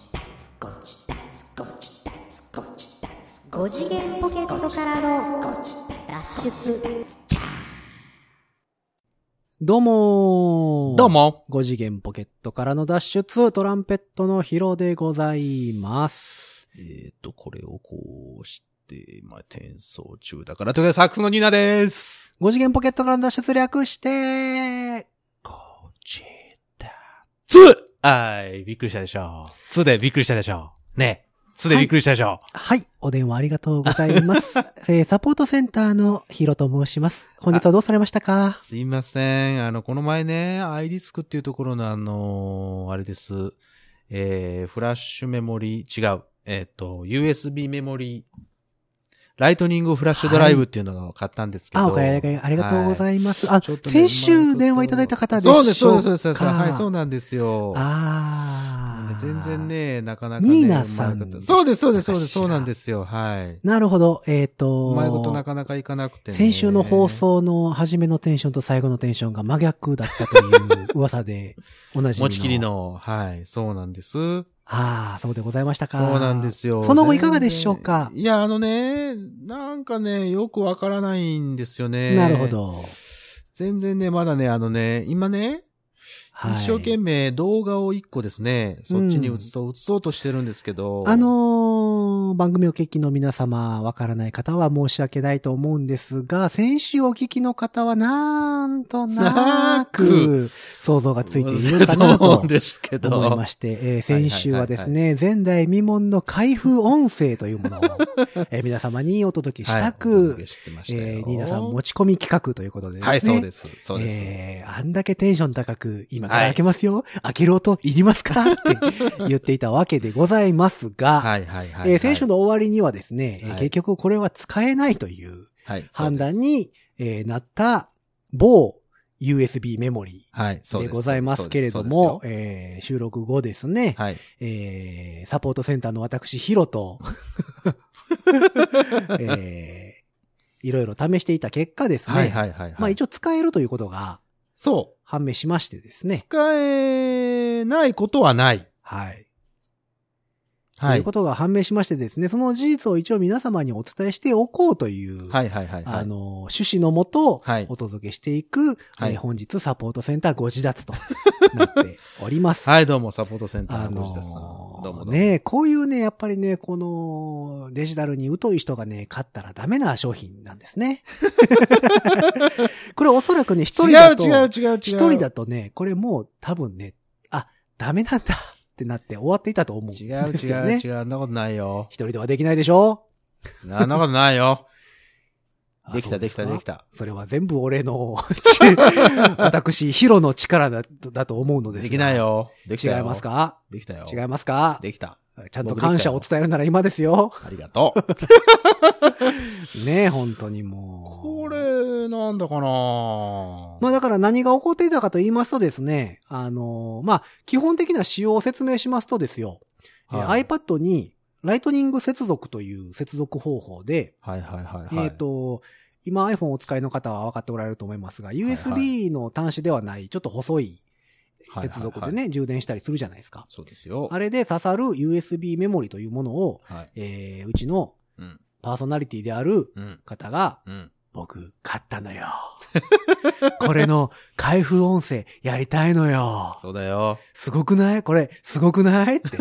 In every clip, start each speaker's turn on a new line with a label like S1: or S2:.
S1: ゴチダツゴチダツゴチダツ5次元ポケットからの脱出
S2: どうもー
S3: どう。も。
S2: 5次元ポケットからの脱出、トランペットのヒロでございます。
S3: えっ、と、これをこうして、まあ、転送中だから、ということでサックスのニーナです。
S2: 5次元ポケットからの脱出略して、
S3: ゴジダツはい、びっくりしたでしょ。ツでびっくりしたでしょ。ね。ツでびっくりしたでしょ。
S2: はい、お電話ありがとうござい ます。えーサポートセンターのヒロと申します。本日はどうされましたか
S3: すいません。あの、この前ね、アイリスクっていうところのあのーあれです。えー、フラッシュメモリー、違う。えっ、と、USB メモリー、ライトニングフラッシュドライブっていうのを買ったんですけど。
S2: あ、お買い上げありがとうございます。あ、
S3: ちょっとね
S2: 先週電話いただいた方でしょうか
S3: そうです、そうです、そうです。はい、そうなんですよ。
S2: あー
S3: 全然。ね、なかなか、ね。
S2: ニーナさん
S3: うまいことそうです、そうです、そうです、
S2: だから
S3: そうなんですよ。はい。
S2: なるほど、えっ、と
S3: うまいことなかなかいかなくて、ね。
S2: 先週の放。送の初めのテンションと最後のテンションが真逆だったという 噂で、同じみの。
S3: 持ちきり。の、はい、そうなんです。
S2: ああ、そうでございましたか。
S3: そうなんですよ。
S2: その後いかがでしょうか
S3: 全然いや、あのね、なんかね、よくわからないんですよね。
S2: なるほ。ど。
S3: 全然ね、まだね、あのね、今ね、
S2: はい、
S3: 一生懸命動画を一個ですね、そっちに映そう、映そうとしてるんですけど。
S2: あ、のー番組お聞きの皆様、わからない方は申し訳ないと思うんですが、先週お聞きの方はなんとなく想像がついているのかな
S3: 思
S2: と
S3: うんですけど。
S2: 思いまして、えー先週はですね、前代未聞の開封音声というものを、えー皆様にお届けしたく、
S3: はい、してま
S2: え
S3: したよ
S2: ーニーナさん持ち込み企画ということでですね。
S3: はい、そうです。そうです。
S2: えーあんだけテンション高く、今から開けますよ、開ける音いりますかって言っていたわけでございますが、
S3: はい、はい、はい。
S2: えー選手の終わりにはですね、えー
S3: はい
S2: 結局これは使えないという
S3: はい
S2: 判断。
S3: はい
S2: に、えーなった某 USB メモリ
S3: はい、
S2: ー
S3: そう
S2: で
S3: です。
S2: ございますけれど
S3: そう
S2: も、えー収録後ですね
S3: です、そうですよはい。
S2: えーサポートセンターの私、ヒロと、 えーいろいろ試していた結果ですね、
S3: はい、はい、はい。
S2: まあ一
S3: 応、
S2: 応使えるということが
S3: そ
S2: 判明しましてです
S3: う。
S2: ね、
S3: 使えないことはない。
S2: はい。
S3: は
S2: という
S3: い。
S2: ことが判明しましてですね、その事実を一応皆様にお伝えしておこうという、
S3: はい、はい、はい。
S2: あ、の、趣旨のもと
S3: はい、
S2: お届けしていく、
S3: はい
S2: えー本日サポートセンターご自立となっております。
S3: はい、どうも、サポートセンタ
S2: あ
S3: ーの
S2: の
S3: ご自宅さん。どうも、
S2: ー、ねこういうね、やっぱりね、この、デジタルに疎い人がね、買ったらダメな商品なんです ね。これおそらくね、一
S3: どう
S2: 人
S3: も。違
S2: だ
S3: う、
S2: と、
S3: 違う、違う、違う。
S2: 一人だとね、これもう多分ね、あ、ダメなんだってなって終わっていたと思うんです
S3: 違
S2: よ
S3: う、
S2: ね。
S3: 違う、違う。あんなことないよ
S2: 一。人ではできないでしょ
S3: あんなことないよ。
S2: あ
S3: でき
S2: そ
S3: た、
S2: う
S3: ですき
S2: か
S3: た、できた。
S2: それは全部俺の、 私、ヒロの力だだと思うのですが
S3: できない。よ。でき
S2: 違い
S3: たよ。
S2: ますか
S3: できたよ。
S2: 違いますか
S3: できた。
S2: ちゃんと感謝を伝えるなら今ですよ。
S3: ありがとう。
S2: ねえ、本当にもう。
S3: こ。れ、なんだかな
S2: まあだから何が起こっていたかと言いますとですね、あの、まあ、基本的な仕様を説明しますとですよ、え
S3: はい
S2: iPad にライトニング接続という接続方法で、
S3: はいはいはいはい。
S2: えっ、と、今 iPhone をお使いの方は分かっておられると思いますが、
S3: い
S2: USB の端子ではない、ちょっと細い
S3: はいはいは
S2: 接
S3: い
S2: 続でね、充電したりするじゃないですか。
S3: そうですよ。
S2: あれで刺さる USB メモリというものを、
S3: はい。
S2: えー、うちの
S3: うん。
S2: パーソナリティである
S3: うん。
S2: 方が、
S3: うん。
S2: 僕、買ったのよ。これの開封音声やりたいのよ。
S3: そうだよ。
S2: すごくないこれ、すごくないって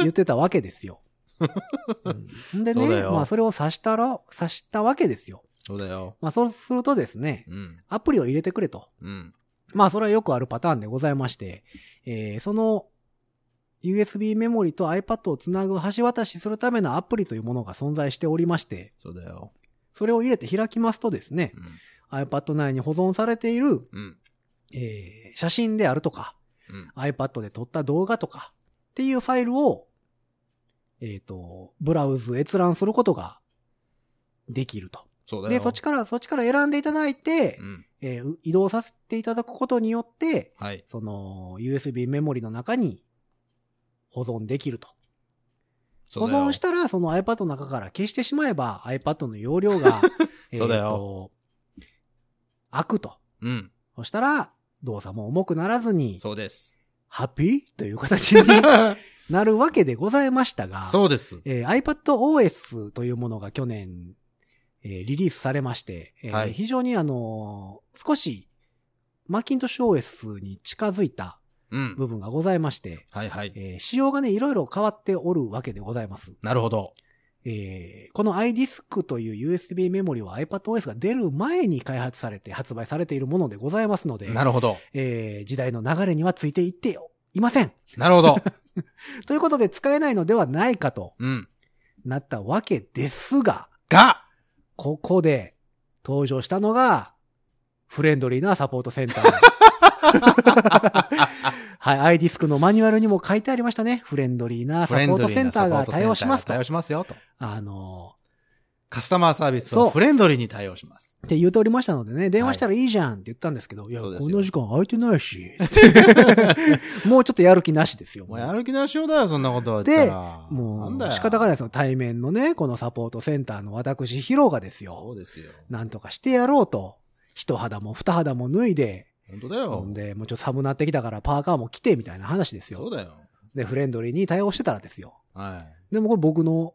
S2: 言ってたわけですよ。うん、んで
S3: そうだ
S2: ね、
S3: よ
S2: まあそれを刺したら、刺したわけですよ。
S3: そうだよ。
S2: まあそうするとですね、
S3: うん。
S2: アプリを入れてくれと。
S3: うん。
S2: まあそれはよくあるパターンでございまして、えーその USB メモリと iPad をつなぐ橋渡しするためのアプリというものが存在しておりまして、
S3: そうだよ。
S2: それを入れて開きますとですね
S3: う、ん。
S2: iPad 内に保存されている、
S3: うん。
S2: えー写真であるとか、
S3: うん。
S2: iPad で撮った動画とかっていうファイルを、えっ、と、ブラウズ閲覧することができると。
S3: そうだよ。
S2: で、そっちから、そっちから選んでいただいて、
S3: うん。
S2: えーう移動させていただくことによって、
S3: はい。
S2: その USB メモリの中に保存できると。
S3: そ
S2: 保
S3: うだよ
S2: 存したら、その iPad の中から消してしまえば iPad の容量 が、えーと
S3: そうだよ。
S2: 開くと。
S3: うん。
S2: そしたら、動作も重くならずに、
S3: そうです。
S2: ハッピーという形になるわけでございましたが、
S3: そうです。
S2: えー iPadOS というものが去年、えーリリースされまして、えー
S3: はい
S2: 非常にあのー少し、マーキントッシュ OS に近づいた
S3: うん。
S2: 部分がございまして、
S3: はいはい。
S2: えー仕様がね、いろいろ変わっておるわけでございます。
S3: なるほど。
S2: えーこの iDisk という USB メモリは iPadOS が出る前に開発されて発売されているものでございますので、
S3: なるほど。
S2: えー時代の流れにはついていっていません。
S3: なるほど。
S2: ということで使えないのではないかと
S3: うん。
S2: なったわけですが、
S3: が、
S2: ここで登場したのが、フレンドリーなサポートセンタ ー。はい、iDisk のマニュアルにも書いてありましたね。フレンドリーなサポートセンターが対応します
S3: フレンド
S2: と
S3: リーなサポートセンターが対応。しますよと。
S2: あの
S3: カスタマーサービス
S2: そう
S3: はフレンドリーに対応します。
S2: ーって言うておりましたのでね、電話したらいいじゃんって言ったんですけど、いや、
S3: そうです
S2: こ
S3: よ
S2: んな時間空いてないし。 もうちょっとやる気なしですよ。
S3: もうやる気なしようだよ、そんなことは
S2: で
S3: 言ったら。
S2: も
S3: なんだ
S2: う
S3: よ
S2: 仕方がないですよ。対面のね、このサポートセンターの私、ヒロがです
S3: そ
S2: よ。
S3: うですよ。
S2: なんとかしてやろうと。一肌も二肌も脱いで、
S3: 本当だ
S2: ほ
S3: よ
S2: ん。で、もうちょっと寒なってきたからパーカーも着てみたいな話です
S3: そ
S2: よ。
S3: うだよ。
S2: で、フレンドリーに対応してたらですよ。
S3: は
S2: でもこれ僕の、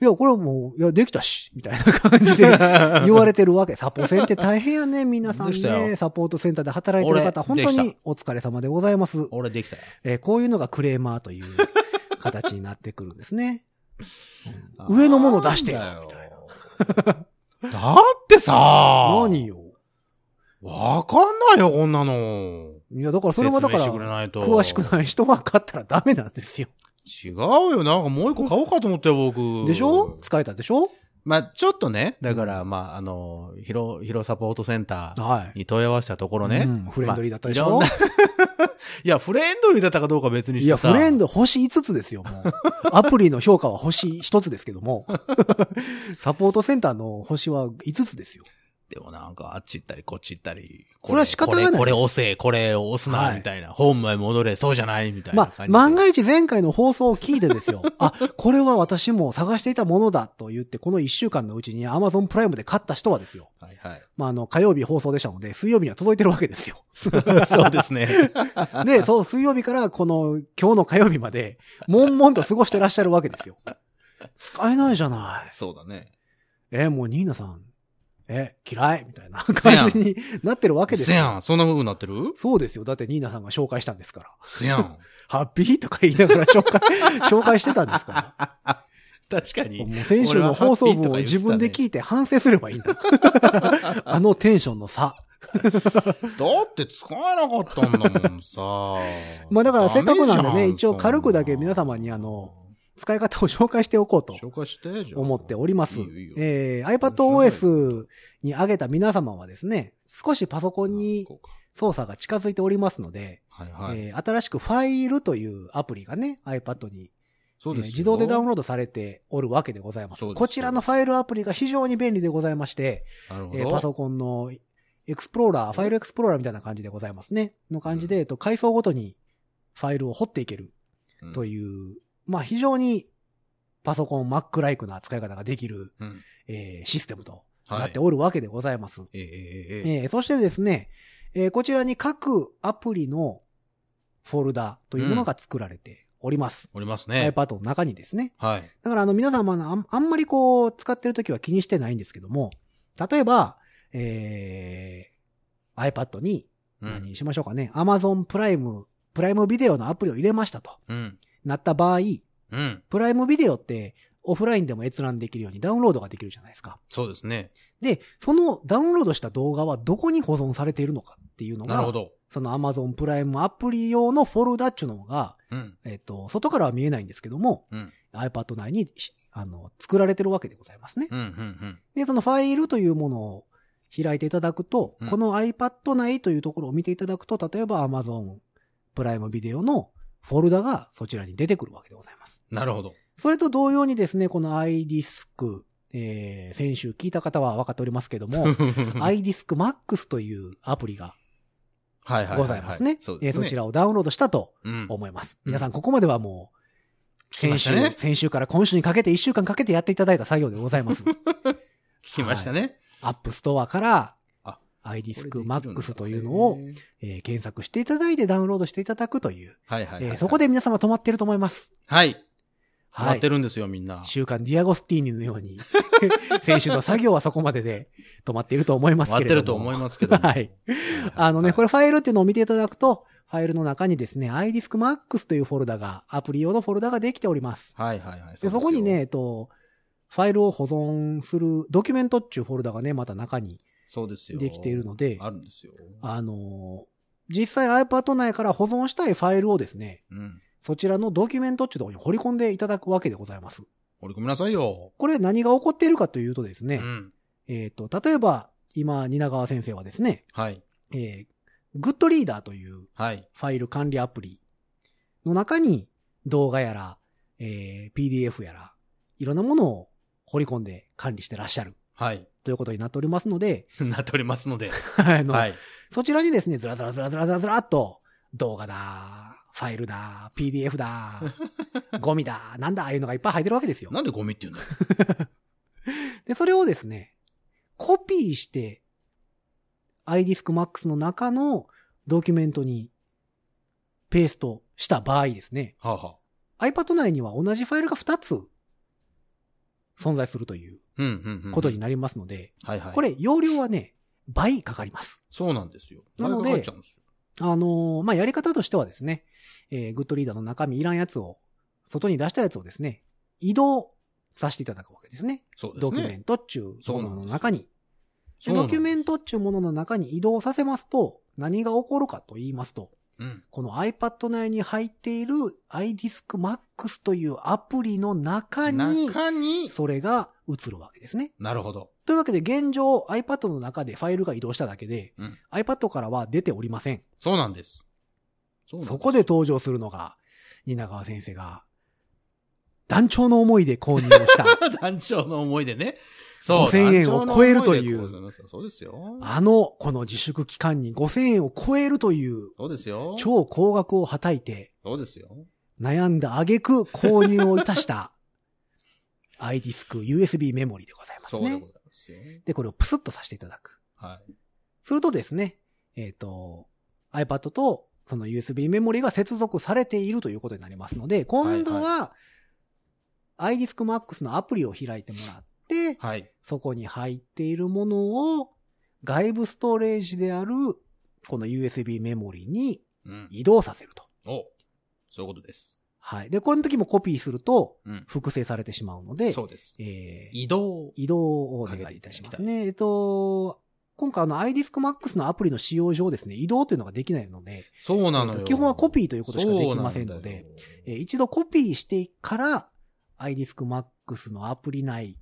S2: いや、これはもう、いや、できたし、みたいな感じ
S3: い。
S2: で 言われてるわけ。サポセンって大変やね、皆さん
S3: でした
S2: ね。
S3: よ
S2: サポートセンターで働いてる方、本
S3: 俺
S2: 当
S3: で
S2: に
S3: し
S2: お疲れ様でございます。
S3: 俺できたよ。
S2: えーこういうのがクレーマーという形になってくるんですね。上のもの出してよ
S3: なんだ
S2: みたい
S3: だってさ、
S2: 何よ。
S3: わかんないよ、こんなの。
S2: いや、だからそれはだか
S3: 説明してくれ
S2: ら、
S3: ないと。
S2: 詳しくない人は買ったらダメなんですよ。
S3: 違うよ。なんかもう一個買おうかと思ったよ、僕。
S2: でしょ使えたでしょ
S3: まあ、ちょっとね、だから、まあ、あの、ヒロ、ヒロサポートセンター
S2: はい。
S3: に問い合わせたところね。
S2: うんフレンドリーだったでしょ
S3: まあいろんな いや、フレンドリーだったかどうかは別に
S2: い
S3: して
S2: や、
S3: さ。
S2: フレンド星5つですよ、も う。アプリの評価は星1つですけども。サポートセンターの星は5つですよ。
S3: でもなんか、あっち行ったり、こっち行ったり。
S2: これは仕方がない
S3: これこれ押せ、これ押す
S2: は
S3: な、
S2: い
S3: みたいな。ホームへ戻れ、そうじゃない、みたい
S2: ま
S3: な
S2: あ、
S3: 感じで。
S2: 万が一前回の放送を聞いてですよ。あ、これは私も探していたものだと言って、この1週間のうちに Amazon プライムで買った人はですよ。
S3: はいはい。
S2: まあ、あの、火曜日放送でしたので、水曜日には届いてるわけです よ。
S3: そうですね。
S2: で、そう、水曜日からこの、今日の火曜日まで、悶々と過ごしてらっしゃるわけですよ。使えないじゃない。
S3: そうだね。
S2: え、もうニーナさん、え、嫌いみたいな感じになってるわけです
S3: せ
S2: よ。
S3: やん、そんな風になってる
S2: そうですよ。だってニーナさんが紹介したんですから。
S3: せやん。
S2: ハッピーとか言いながら紹 介、紹介してたんです から。
S3: 確か
S2: もう
S3: に。
S2: 先週の放送分を自分で聞いて反省すればいいん だ。あのテンションの差。
S3: だって使えなかったんだもんさ。
S2: まあだからせっかくなんで
S3: ダメじゃ
S2: ね、一応軽くだけ皆様にあの、使い方を紹介しておこうと
S3: 紹介して、じゃあ
S2: 思っております
S3: いいよいいよ。
S2: えー iPadOS に上げた皆様はですね、少しパソコンに
S3: こうか
S2: 操作が近づいておりますので、
S3: はいはい。
S2: えー新しくファイルというアプリがね、iPad に、え
S3: そう
S2: ー
S3: ですよ
S2: 自動でダウンロードされておるわけでございます。
S3: そうです
S2: こちらのファイルアプリが非常に便利でございまして、
S3: なるほど。
S2: えーパソコンのエクスプローラー、ファイルエクスプローラーみたいな感じでございますね。の感じで、えっと、階層ごとにファイルを掘っていける
S3: コ
S2: という、まあ非常にパソコン Mac ライクな使い方ができる、
S3: うん。
S2: えーシステムと
S3: はい
S2: なっておるわけでございます。
S3: ええええええ。
S2: えーそしてですね、えーこちらに各アプリのフォルダというものが作られております。
S3: おりますね。
S2: iPad の中にですね。
S3: はい。
S2: だからあの皆様のあんあんまりこう使ってる時は気にしてないんですけども、例えば、えー iPad に
S3: うん
S2: 何にしましょうかね、Amazon プライム、プライムビデオのアプリを入れましたと
S3: うん。
S2: なった場合、
S3: うん。
S2: プライムビデオってオフラインでも閲覧できるようにダウンロードができるじゃないですか。
S3: そうですね。
S2: で、そのダウンロードした動画はどこに保存されているのかっていうの
S3: なる
S2: が
S3: ほ、ど。
S2: その Amazon プライムアプリ用のフォルダっていうのが、
S3: うん。
S2: えっ、と、外からは見えないんですけども、
S3: うん。
S2: iPad 内にしあの作られてるわけでございますね。
S3: うん。うん。
S2: で、そのファイルというものを開いていただくと、
S3: うん
S2: この iPad 内というところを見ていただくと、例えば Amazon プライムビデオのフォルダがそちらに出てくるわけでございます。
S3: なるほど。
S2: それと同様にですね、この iDisk、えー、先週聞いた方は分かっておりますけども、iDisk Max というアプリが
S3: はいはい。
S2: ございますね。
S3: そう
S2: え
S3: で
S2: ー
S3: すね。
S2: そちらをダウンロードしたと
S3: うん。
S2: 思います。
S3: うん
S2: 皆さん、ここまではもう、
S3: きま
S2: 先
S3: した
S2: 週、
S3: ね
S2: 先週から今週にかけて1週間か けてやっていただいた作業でございます。
S3: 聞きましたね。
S2: アップストアから
S3: あ、
S2: iDiskMax というのを、えー検索していただいてダウンロードしていただくという、
S3: はいはい、
S2: え
S3: は
S2: ー
S3: い。
S2: そこで皆様止まってると思います。
S3: はい。待
S2: は
S3: っ
S2: い
S3: て。るんですよ、みんな。
S2: 週刊ディアゴスティーニのように、 先週の作業はそこまでで止まっていると思いますけ
S3: 待
S2: れども。
S3: ってると思いますけども。
S2: はい。あのね、これファイルっていうのを見ていただくと、ファイルの中にですね、iDiskMax というフォルダが、アプリ用のフォルダができております。
S3: はいはいはい。
S2: で、
S3: うですよ
S2: そこにね、、えっと、ファイルを保存するドキュメントっていうフォルダがね、また中に
S3: そうですよ。
S2: できているので、
S3: あるんですよ。
S2: あのー、実際 iPad 内から保存したいファイルをですね、
S3: うん。
S2: そちらのドキュメントっていうところに掘り込んでいただくわけでございます。
S3: 掘り込みなさいよ。
S2: これ何が起こっているかというとです
S3: う
S2: ね、
S3: ん。
S2: えっと、例えば、今、蜷川先生はですね、
S3: はい。
S2: えー、グッドリーダーという
S3: はい。
S2: ファイル管理アプリの中に動画やら、えー PDF やら、いろんなものを掘り込んで管理してらっしゃる
S3: はい。
S2: ということになっておりますので、
S3: なっておりま すので。
S2: あの
S3: はい。
S2: そちらにですね、ずらずらずらずらずらずらっと、動画だ、ファイルだ、PDF だ、ゴミだ、なんだ、ああいうのがいっぱい入ってるわけですよ。
S3: なんでゴミって言うんだよ。
S2: で、それをですね、コピーして、iDiskMax の中のドキュメントにペーストした場合ですね、
S3: はあ、はあ。
S2: iPad 内には同じファイルが2つ存在するという
S3: うんうんうん。
S2: ことになりますので、
S3: はいはい。
S2: こ。れ容量はね、倍かかります。
S3: そうなんですよ。
S2: なので
S3: あれが入っちゃうんですよ
S2: あのーまあ、やり方としてはですね、えー、グッドリーダーの中身いらんやつを、外に出したやつをですね、移動させていただくわけですね。
S3: そうですね。
S2: ドキュメントっちゅうものの中に。
S3: そ
S2: で
S3: うなん
S2: ド
S3: です
S2: キュメントっちゅうものの中に移動させますと、何が起こるかと言いますと、
S3: うん。
S2: この iPad 内に入っている iDiskMax というアプリの中に、
S3: 中に、
S2: それが映るわけですね。
S3: なるほど。
S2: というわけで現状 iPad の中でファイルが移動しただけで、
S3: うん
S2: iPad からは出ておりません。
S3: そうなんです。そうなん
S2: そこで登場するのが、蜷川先生が、団長の思いで購入をした、
S3: 団長の思いでね。そう。
S2: 5000円を超えるという
S3: 団長の思でこそうですよ。
S2: あの、この自粛期間に5000円を超えるという、
S3: そうですよ。
S2: 超高額をはたいて、
S3: そうですよ。
S2: 悩んだ挙句購入をいた した、iDisk USB メモリでございます
S3: そうでご
S2: ね
S3: ざ。いますよ。
S2: で、これをプスッとさせていただく。
S3: はい。
S2: するとですね、えっ、と、iPad とその USB メモリが接続されているということになりますので、今度は、iDiskMax のアプリを開いてもらって、
S3: はい。
S2: そこに入っているものを外部ストレージであるこの USB メモリに
S3: うん。
S2: 移動させると。
S3: おそういうことです。
S2: はい。で、この時もコピーすると
S3: うん。
S2: 複製されてしまうので、
S3: そうです。
S2: えー
S3: 移動。
S2: 移動をお願いいたしますね。えっと、今回あの iDiskMax のアプリの使用上ですね、移動というのができないので、
S3: そうなの
S2: えっ
S3: よ。
S2: と基本はコ
S3: ー
S2: ピーということしかできませんので、。えー一度コピーしてから、iDiskMax のアプリ内、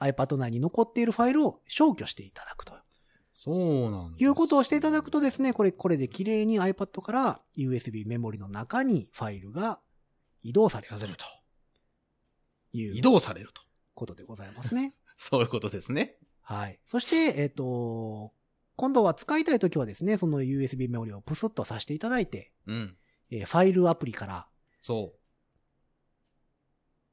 S2: iPad 内に残っているファイルを消去していただくと
S3: そうなんです。
S2: いうことをしていただくとですね、これ、これで綺麗に iPad から USB メモリの中にファイルが移動される
S3: させると。
S2: とい
S3: 移
S2: う
S3: 動されると。
S2: ことでございますね。
S3: そういうことですね。
S2: はい。そして、えっ、と、今度は使いたいときはですね、その USB メモリをプスッとさせていただいて、
S3: うん。
S2: えーファイルアプリから、
S3: そ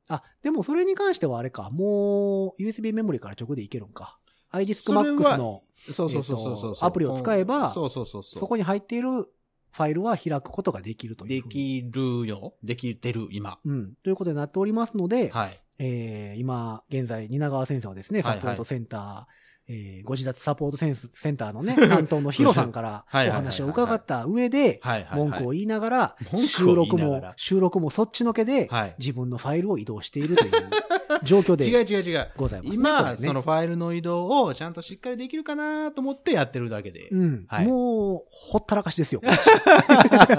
S2: あ、でもそれに関してはあれか、もう USB メモリから直でいけるんか。
S3: それ
S2: iDiskMax
S3: は
S2: の
S3: う。そうそうそうそう
S2: え
S3: そ
S2: っ
S3: う
S2: とアプリを使えば
S3: そうそうそうそう。
S2: そこに入っているファイルは開くことができるとい
S3: で
S2: うふうに。
S3: きるよ。できてる、今。
S2: うん。ということになっておりますので、
S3: はい。
S2: えー今、現在、蜷川先生はですね、
S3: はい
S2: サ
S3: はい
S2: ポートセンター、えーご自宅サポートセンスセンターの ね、担当のヒロさんから
S3: は
S2: お
S3: いはいはいはい
S2: 話を伺った上で、
S3: はいはい、はい。
S2: 文句を言いながら、
S3: 文句を言いなが
S2: 収録も、
S3: ら
S2: 収録もそっちのけで、
S3: はい。
S2: 自分のファイルを移動していると いう状況
S3: 違う
S2: で
S3: 違う違う。
S2: ございますね。これ
S3: 今、
S2: ね
S3: そのファイルの移動をちゃんとしっかりできるかなと思ってやってるだけで。
S2: うん。
S3: はい
S2: もう、ほったらかし ですよ。こっち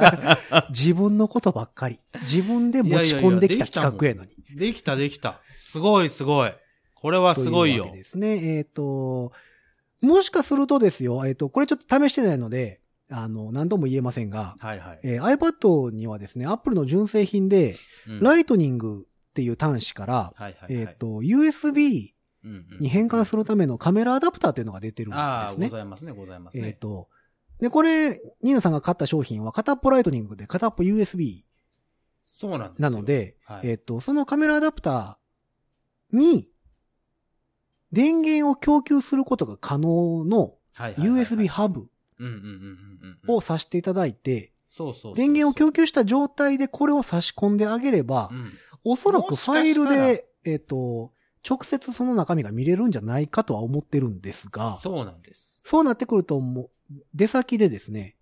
S2: 自分のことばっかり。自分で持ち込んできた企画やの に。
S3: できたできた。すごいすごい。これはすご
S2: と
S3: い
S2: うわ
S3: よ
S2: け。ですね。えっ、と、もしかするとですよ、えっ、と、これちょっと試してないので、あの、何度も言えませんが、
S3: はいはい。
S2: えー iPad にはですね、Apple の純正品で、
S3: うん
S2: ライトニングっていう端子から、
S3: はいはいはい。
S2: えっ、と、USB
S3: うんうん、
S2: に変換するためのカメラアダプターというのが出てるんで
S3: ああ、
S2: す
S3: ご
S2: ね。
S3: ざいますね、ございます
S2: えっ、
S3: ね。
S2: と、で、これ、ニーナさんが買った商品は片っぽライトニングで片っぽ USB
S3: そうなんです
S2: な
S3: よ
S2: の、で、
S3: はい
S2: えっ、と、そのカメラアダプターに電源を供給することが可能の
S3: はいはいはいはい。
S2: USB ハブ
S3: うんうんうんうんうん。
S2: を挿していただいて、
S3: そうそうそうそう
S2: 電源を供給した状態でこれを差し込んであげれば、
S3: うん。
S2: おそらく
S3: もし
S2: フ
S3: か
S2: ァイ
S3: した
S2: ル
S3: ら
S2: で、えっ、と、直接その中身が見れるんじゃないかとは思ってるんですが、
S3: そうなんです。
S2: そうなってくると、もう、出先でですね、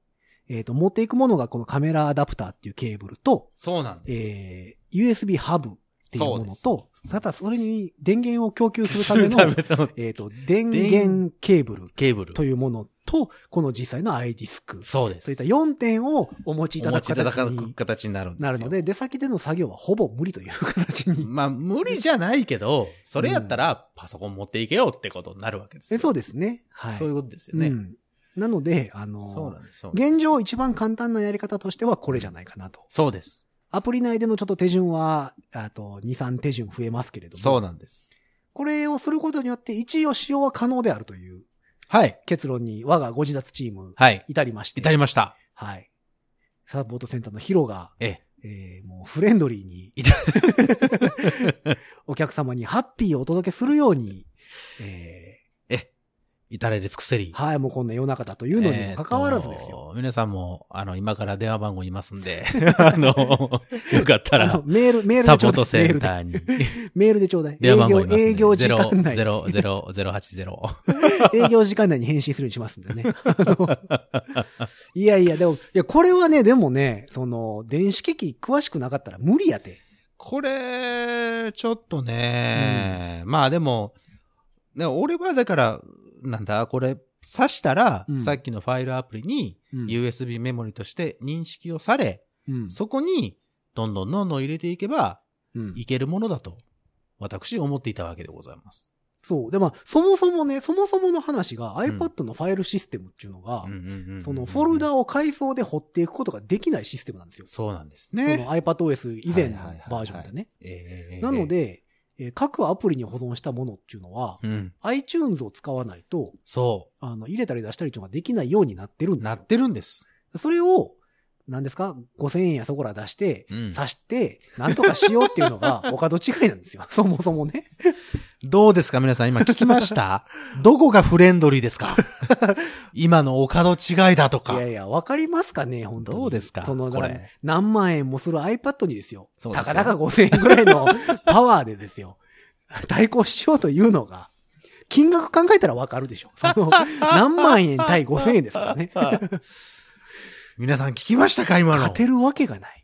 S2: えっ、と、持っていくものがこのカメラアダプターっていうケーブルと、
S3: そうなんです。
S2: えー、USB ハブっていうものと、ただそれに電源を供給するための、
S3: の
S2: えっ、と、電源ケーブル
S3: ケーブル。
S2: というものと、この実際の i ディスク。
S3: そうです。
S2: そういった4点をお持ちいただく
S3: お持ちいただ
S2: 形
S3: く
S2: に
S3: 形になるんですよ
S2: なるので、出先での作業はほぼ無理という形に。
S3: まあ、無理じゃないけど、それやったらパソコン持っていけよってことになるわけです
S2: え
S3: よ。
S2: そうですね。はい。
S3: そういうことですよね。
S2: うんなので、あの
S3: そうなんです。そうなんです
S2: 現状一番簡単なやり方としてはこれじゃないかなと。
S3: そうです。
S2: アプリ内でのちょっと手順は、あと、2、3手順増えますけれども。
S3: そうなんです。
S2: これをすることによって、一応使用は可能であるという
S3: はい。
S2: 結論に、我がご自立チーム、
S3: はい。
S2: 至りまして。
S3: 至りました。
S2: はい。サポートセンターのヒロが、
S3: え
S2: えー、もうフレンドリー に、
S3: いた
S2: お客様にハッピーをお届けするように、え
S3: え。え。至れり尽くせり。
S2: ー、はい、もうこんな夜中だというのにもかかわらずですよ。
S3: えーと皆さんも、あの、今から電話番号言いますんで、 あ の、よかった
S2: あの
S3: ら、
S2: メール、メール
S3: サ
S2: でち
S3: ポ
S2: ょ
S3: ー
S2: うだ
S3: ト
S2: い。
S3: セン
S2: メー
S3: ター
S2: ル
S3: に
S2: で。メールでちょうだい。
S3: 電話番号言いますんで、
S2: 営業時間内に。
S3: 00080。
S2: 営業時間内に返信するようにしますんでね。 あのいやいや、でも、いや、これはね、でもね、その、電子機器詳しくなかったら無理やて。
S3: これ、ちょっとね、まあでも、ね俺はだから、なんだ、これ、刺したら、
S2: うん
S3: さっきのファイルアプリに
S2: うん。
S3: USB メモリとして認識をされ、
S2: うん
S3: そこに、どんどんどんどん入れていけば、
S2: うん
S3: いけるものだと、私思っていたわけでございます。
S2: そう。で、まあ、そもそもね、そもそもの話が iPad のファイルシステムっていうのが
S3: うん、うんうんうん
S2: そのフォルダを階層で掘っていくことができないシステムなんですよ。
S3: そうなんです
S2: そ
S3: ね
S2: の。iPadOS 以前の
S3: はいはいはいはい
S2: バージョンでね。
S3: えー
S2: なの、で、えー各アプリに保存したものっていうのは、
S3: うん、
S2: iTunes を使わないと、
S3: そ
S2: あの、入れたり出したりとかできないようになってるん
S3: う、
S2: です
S3: な
S2: よ
S3: っ。てるんです。
S2: それを、何ですか ?5000 円やそこら出して、
S3: うん
S2: 刺して、なんとかしようっていうのが、 お門違いなんですよ。そもそもね。
S3: どうですか皆さん今聞きました どこがフレンドリーですか今のお門違いだと
S2: い
S3: か
S2: や。いや、わかりますかね本当に
S3: どうですか
S2: その、だ
S3: こ
S2: から
S3: れ。
S2: 何万円もする iPad にですよ。
S3: そうです
S2: た
S3: よ
S2: かだか5000円ぐらい のパワーでですよ。対抗しようというのが、金額考えたらわかるでしょ。そ の、何万円対5000円ですからね。
S3: 皆さん聞きましたか今
S2: 勝
S3: の。
S2: てるわけがない。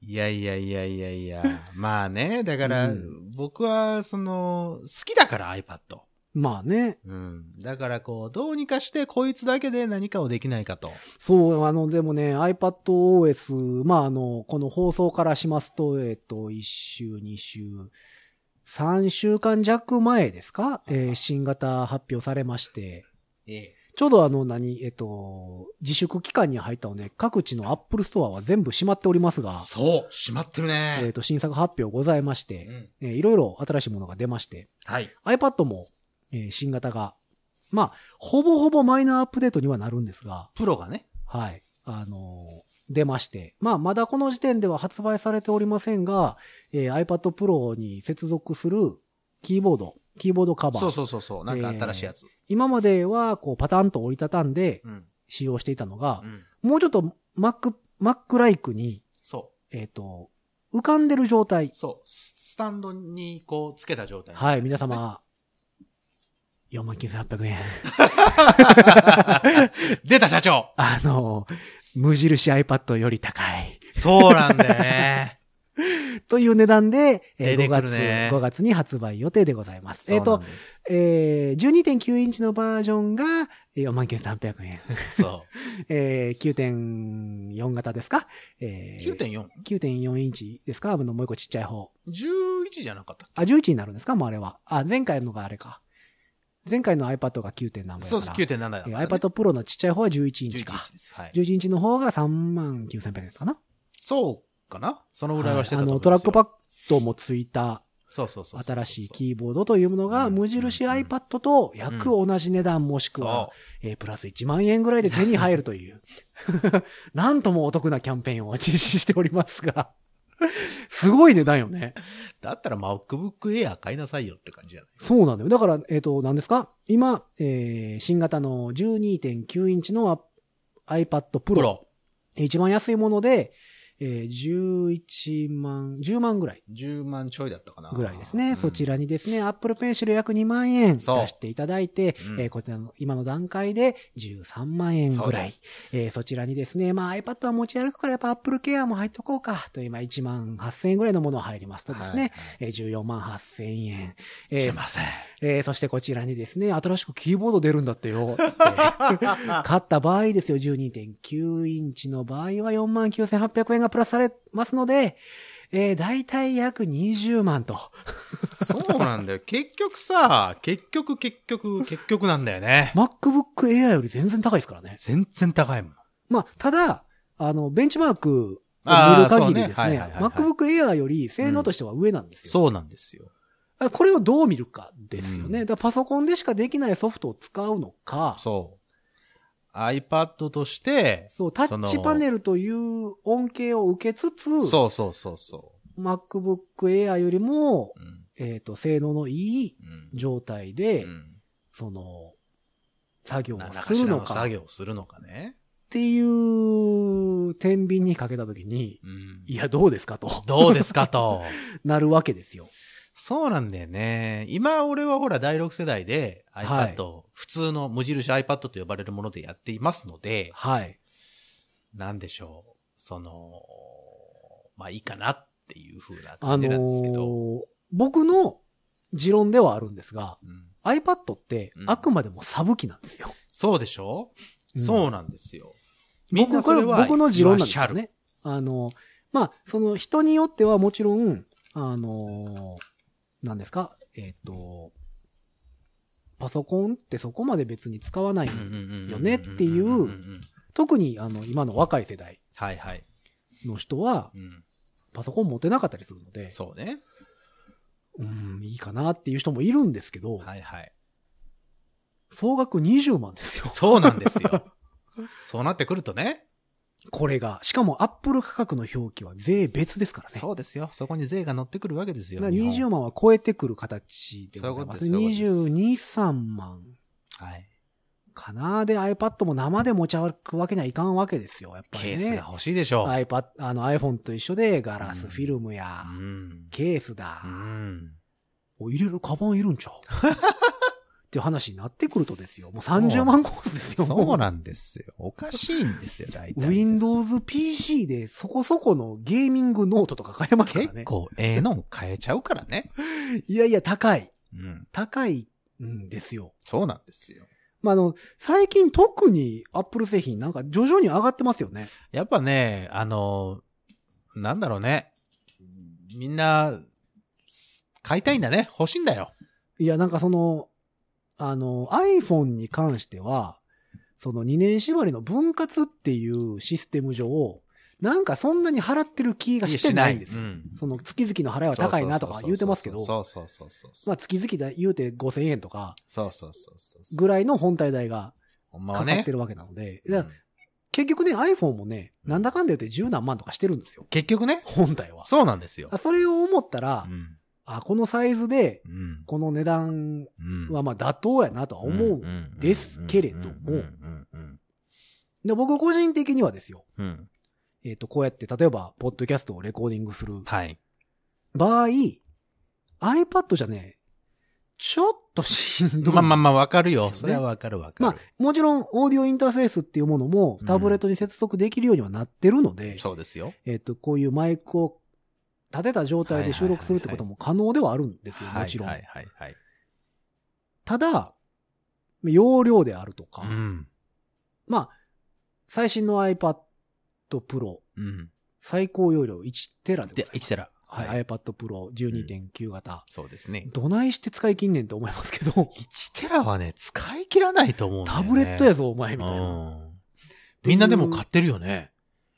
S3: いやいやいやいやいや。まあね、だか
S2: う
S3: ら、
S2: ん
S3: 僕は、その、好きだから iPad。
S2: まあね。
S3: うん。だからこう、どうにかしてこいつだけで何かをできないかと。
S2: そう、あの、でもね、iPadOS、まああの、この放送からしますと、えっと、1週、2週、3週間弱前ですかえー新型発表されまして。
S3: ええ。
S2: ちょうどあの何、えっと、自粛期間に入ったので、各地のアップルストアは全部閉まっておりますが、
S3: そう、閉まってる
S2: えっ
S3: ね。
S2: と、新作発表ございまし
S3: う
S2: て、
S3: ん。
S2: えーいろいろ新しいものが出まして、
S3: はい。
S2: iPad も、えー新型が、まあ、ほぼほぼマイナーアップデートにはなるんですが、
S3: プロがね。
S2: はい、あのー出まして、まあ、まだこの時点では発売されておりませんが、えー iPad Pro に接続するキーボード、キーボードカバー。
S3: そうそうそうそう。なんか新しいやつ。
S2: 今までは、こう、パタンと折りたたんで
S3: うん。
S2: 使用していたのが
S3: う、ん。
S2: もうちょっと Mac、Mac ライクに、
S3: そう。
S2: えっ、と、浮かんでる状態。
S3: そう。ススタンドにこう、つけた状態、
S2: はい、皆。様。4万9800円。
S3: 出た社長
S2: あの、無印 iPad より高い。
S3: そうなんだよね。
S2: という値段で、えー
S3: 出てく
S2: 5
S3: る
S2: 月、
S3: ね
S2: 5月に発売予定でございます。えっ、
S3: そ
S2: と
S3: うなん、です
S2: えー、12.9インチのバージョンが4万9300円。
S3: そ
S2: えー、9.4型ですかえ
S3: う。
S2: ー、
S3: 9.4。
S2: 9.4インチですかあの、もう一個ちっちゃい方。
S3: 11じゃなかったっ
S2: あ、11になるんですかもうあれは。あ、前回のがあれか。前回の iPad が 9. 点何
S3: け
S2: ぼや
S3: そ
S2: か
S3: う
S2: ら
S3: そう、9.7だ、ね。
S2: えー iPad Pro のちっちゃい方は11インチか。
S3: 11です。はい。
S2: 11インチの方が3万9300円かな。
S3: そうかなそのぐらいはしてた
S2: あ
S3: と思
S2: の、
S3: いますよ
S2: トラックパッドもついた
S3: そうそうそうそうそう。
S2: 新しいキーボードというものが
S3: うん
S2: 無印 iPad と約同じ値段もしくは
S3: そ、
S2: えープラス1万円ぐらいで 手に入るという、なんともお得なキャンペーンを実施しておりますが、すごい値段よね。
S3: だったら MacBook Air 買いなさいよって感じじゃない
S2: そうなんだよ。だから、えっ、と、何ですか今、えー新型の12.9インチのあ iPad
S3: プ
S2: Pro。
S3: ロ。
S2: 一番安いもので、えー11万、10万ぐらい。
S3: 10万ちょいだったかな。
S2: ぐらいですね。
S3: うん
S2: そちらにですね、Apple Pencil 約2万円出
S3: そう
S2: していただいて、
S3: うん
S2: えーこちらの今の段階で13万円ぐ
S3: そう
S2: ら
S3: で
S2: い
S3: す。
S2: えーそちらにですね、まあ iPad は持ち歩くからやっぱ Apple Care も入っとこうかという、まあ1万8000円ぐらいのものが入りますとですね、えー14万8000円。えー
S3: はい。すいません。
S2: えーそしてこちらにですね、新しくキーボード出るんだってよ、つって買った場合ですよ、12.9インチの場合は49,800円がプラスされますので、えー、大体約20万と。
S3: そうなんだよ。結局さ、結局、結局、結局なんだよね。
S2: MacBook Air より全然高いですからね。
S3: 全然高いもん。
S2: まあ、ただ、あの、ベンチマークを見
S3: あ
S2: る
S3: ーそう
S2: 限
S3: ね
S2: りです
S3: はい
S2: ね
S3: はい、はいはい
S2: MacBook Air より性能としては上なんですよ。
S3: そうなんですよ。
S2: あこれをどう見るかですよね。
S3: うん
S2: だからパソコンでしかできないソフトを使うのか、
S3: そう。iPad として、
S2: そう、タ
S3: そ
S2: ッ
S3: の
S2: チパネルという恩恵を受けつつ、
S3: そうそうそうそ
S2: MacBook Air よりも、
S3: う。うん。
S2: えっ、と、性能のいい
S3: うん。
S2: 状態で、
S3: うん
S2: その、作業を
S3: 何ら
S2: す
S3: かし
S2: る
S3: ら
S2: の
S3: の
S2: か
S3: 作
S2: っ
S3: 業をするのかね。
S2: ていう、天秤にかけたときに、
S3: うん
S2: いや、どうですかと。
S3: どうですかと。
S2: なるわけですよ。
S3: そうなんだよね。今俺はほら第6世代で iPad、
S2: はい
S3: 普通の無印 iPad と呼ばれるものでやっていますので、
S2: はい。
S3: なんでしょう。その、まあいいかなっていう風な
S2: あ
S3: 感じ
S2: の
S3: なんですけど。
S2: ー僕の持論ではあるんですが、
S3: うん
S2: iPad って
S3: うん
S2: あくまでもサブ機なんですよ。
S3: そうでしょ、
S2: うん
S3: そうなんですよ。みんな
S2: 僕、こ
S3: そ
S2: れ
S3: れは
S2: 僕の持論なんです
S3: 言
S2: よ
S3: わしゃ
S2: ね。あの、まあ、その人によってはもちろん、あの、何ですか、えっ、と、パソコンってそこまで別に使わない。
S3: る
S2: よねっていうん
S3: んんん
S2: 特に、あの、今の若い世代
S3: はいはい。
S2: の人は、
S3: うん
S2: パソコン持てなかったりするので、
S3: そうね。
S2: うん、いいかなっていう人もいるんですけど、
S3: はいはい。
S2: 総額20万ですよ。
S3: そうなんですよ。 そうなってくるとね。
S2: これが。しかも、アップル価格の表記は税別ですからね。
S3: そうですよ。そこに税が乗ってくるわけですよ。
S2: な
S3: 日本
S2: 20万は超えてくる形でございます。
S3: そういうことですそういうこと
S2: 22、3万
S3: はい。
S2: かな。で、iPad も生で持ち歩くわけにはいかんわけですよ。やっぱ
S3: ケ
S2: り
S3: ースが
S2: ね。
S3: 欲しいでしょう。
S2: iPad、あの iPhone と一緒で、ガラス、
S3: うん
S2: フィルムや
S3: う、ん。
S2: ケースだ
S3: う、ん。
S2: お、入れるカバンいるん ちゃうっていう話になってくるとですよ。もう
S3: そう
S2: 30万コースですよ。
S3: そう
S2: も
S3: なんですよ。おかしいんですよ、大
S2: う
S3: 体。
S2: Windows PC でそこそこのゲーミングノートとか買えますから
S3: 結
S2: ね。
S3: 構ええのん変えちゃうからね。
S2: いやいや、高い。
S3: うん。
S2: 高いんですよ。
S3: そうなんですよ。
S2: まあ、あの、最近特にアップル製品なんか徐々に上がってますよね。
S3: やっぱね、あの、なんだろうね。みんな、買いたいんだね。欲しいんだよ。
S2: いや、なんかその、あの、iPhone に関しては、その2年縛りの分割っていうシステム上、なんかそんなに払ってる気がしてないんですよ。
S3: うん
S2: その月々の払いは高いなとか言うてますけど、
S3: そうそうそうそうそう。
S2: まあ月々だ言うて5000円とか
S3: そうそうそうそう。
S2: ぐらいの本体代が
S3: ほんま
S2: かか
S3: は
S2: っ
S3: ね
S2: て。るわけなので、
S3: う
S2: だから
S3: ん
S2: 結局ね iPhone もね、なんだかんだ言って十何万とかしてるんですよ。
S3: 結局ね。
S2: 本体は。
S3: そうなんですよ。
S2: それを思ったら
S3: う、ん。
S2: あ、このサイズで、
S3: うん。
S2: この値段
S3: うん
S2: はまあ妥当やなとは思う。ですけれども
S3: うんうん
S2: で、僕個人的にはですよ、
S3: うんうん
S2: えっ、と、こうやって、例えば、ポッドキャストをレコーディングする
S3: はい。
S2: 場合、iPad じゃね、ちょっとしんどい。
S3: まあまあまあ、わかるよ。
S2: です
S3: そ
S2: よね
S3: れはわかるわ
S2: ま
S3: か
S2: あ
S3: る。
S2: もちろん、オーディオインターフェースっていうものも
S3: うん、
S2: タブレットに接続できるようにはなってるので、
S3: そうですよ。
S2: えっ、と、こういうマイクを立てた状態で収録するってことも可能ではあるんですよ、もちろん
S3: は。いはいはい
S2: ただ、容量であるとか、
S3: はい。うん。
S2: まあ、最新の iPad Pro、
S3: うん。
S2: 最高容量1テラでご
S3: で
S2: ざい、ま
S3: 一
S2: す
S3: テラ。
S2: はい、
S3: はい。
S2: iPad Pro 12.9型。
S3: そうですね。
S2: どないして使い切んねんって思いますけど、
S3: 1テラはね、使い切らないと思うんだよ
S2: タ
S3: ね。
S2: ブレットや
S3: ぞ、
S2: ぞ、お前、みたいな。
S3: みんなでも買ってるよね。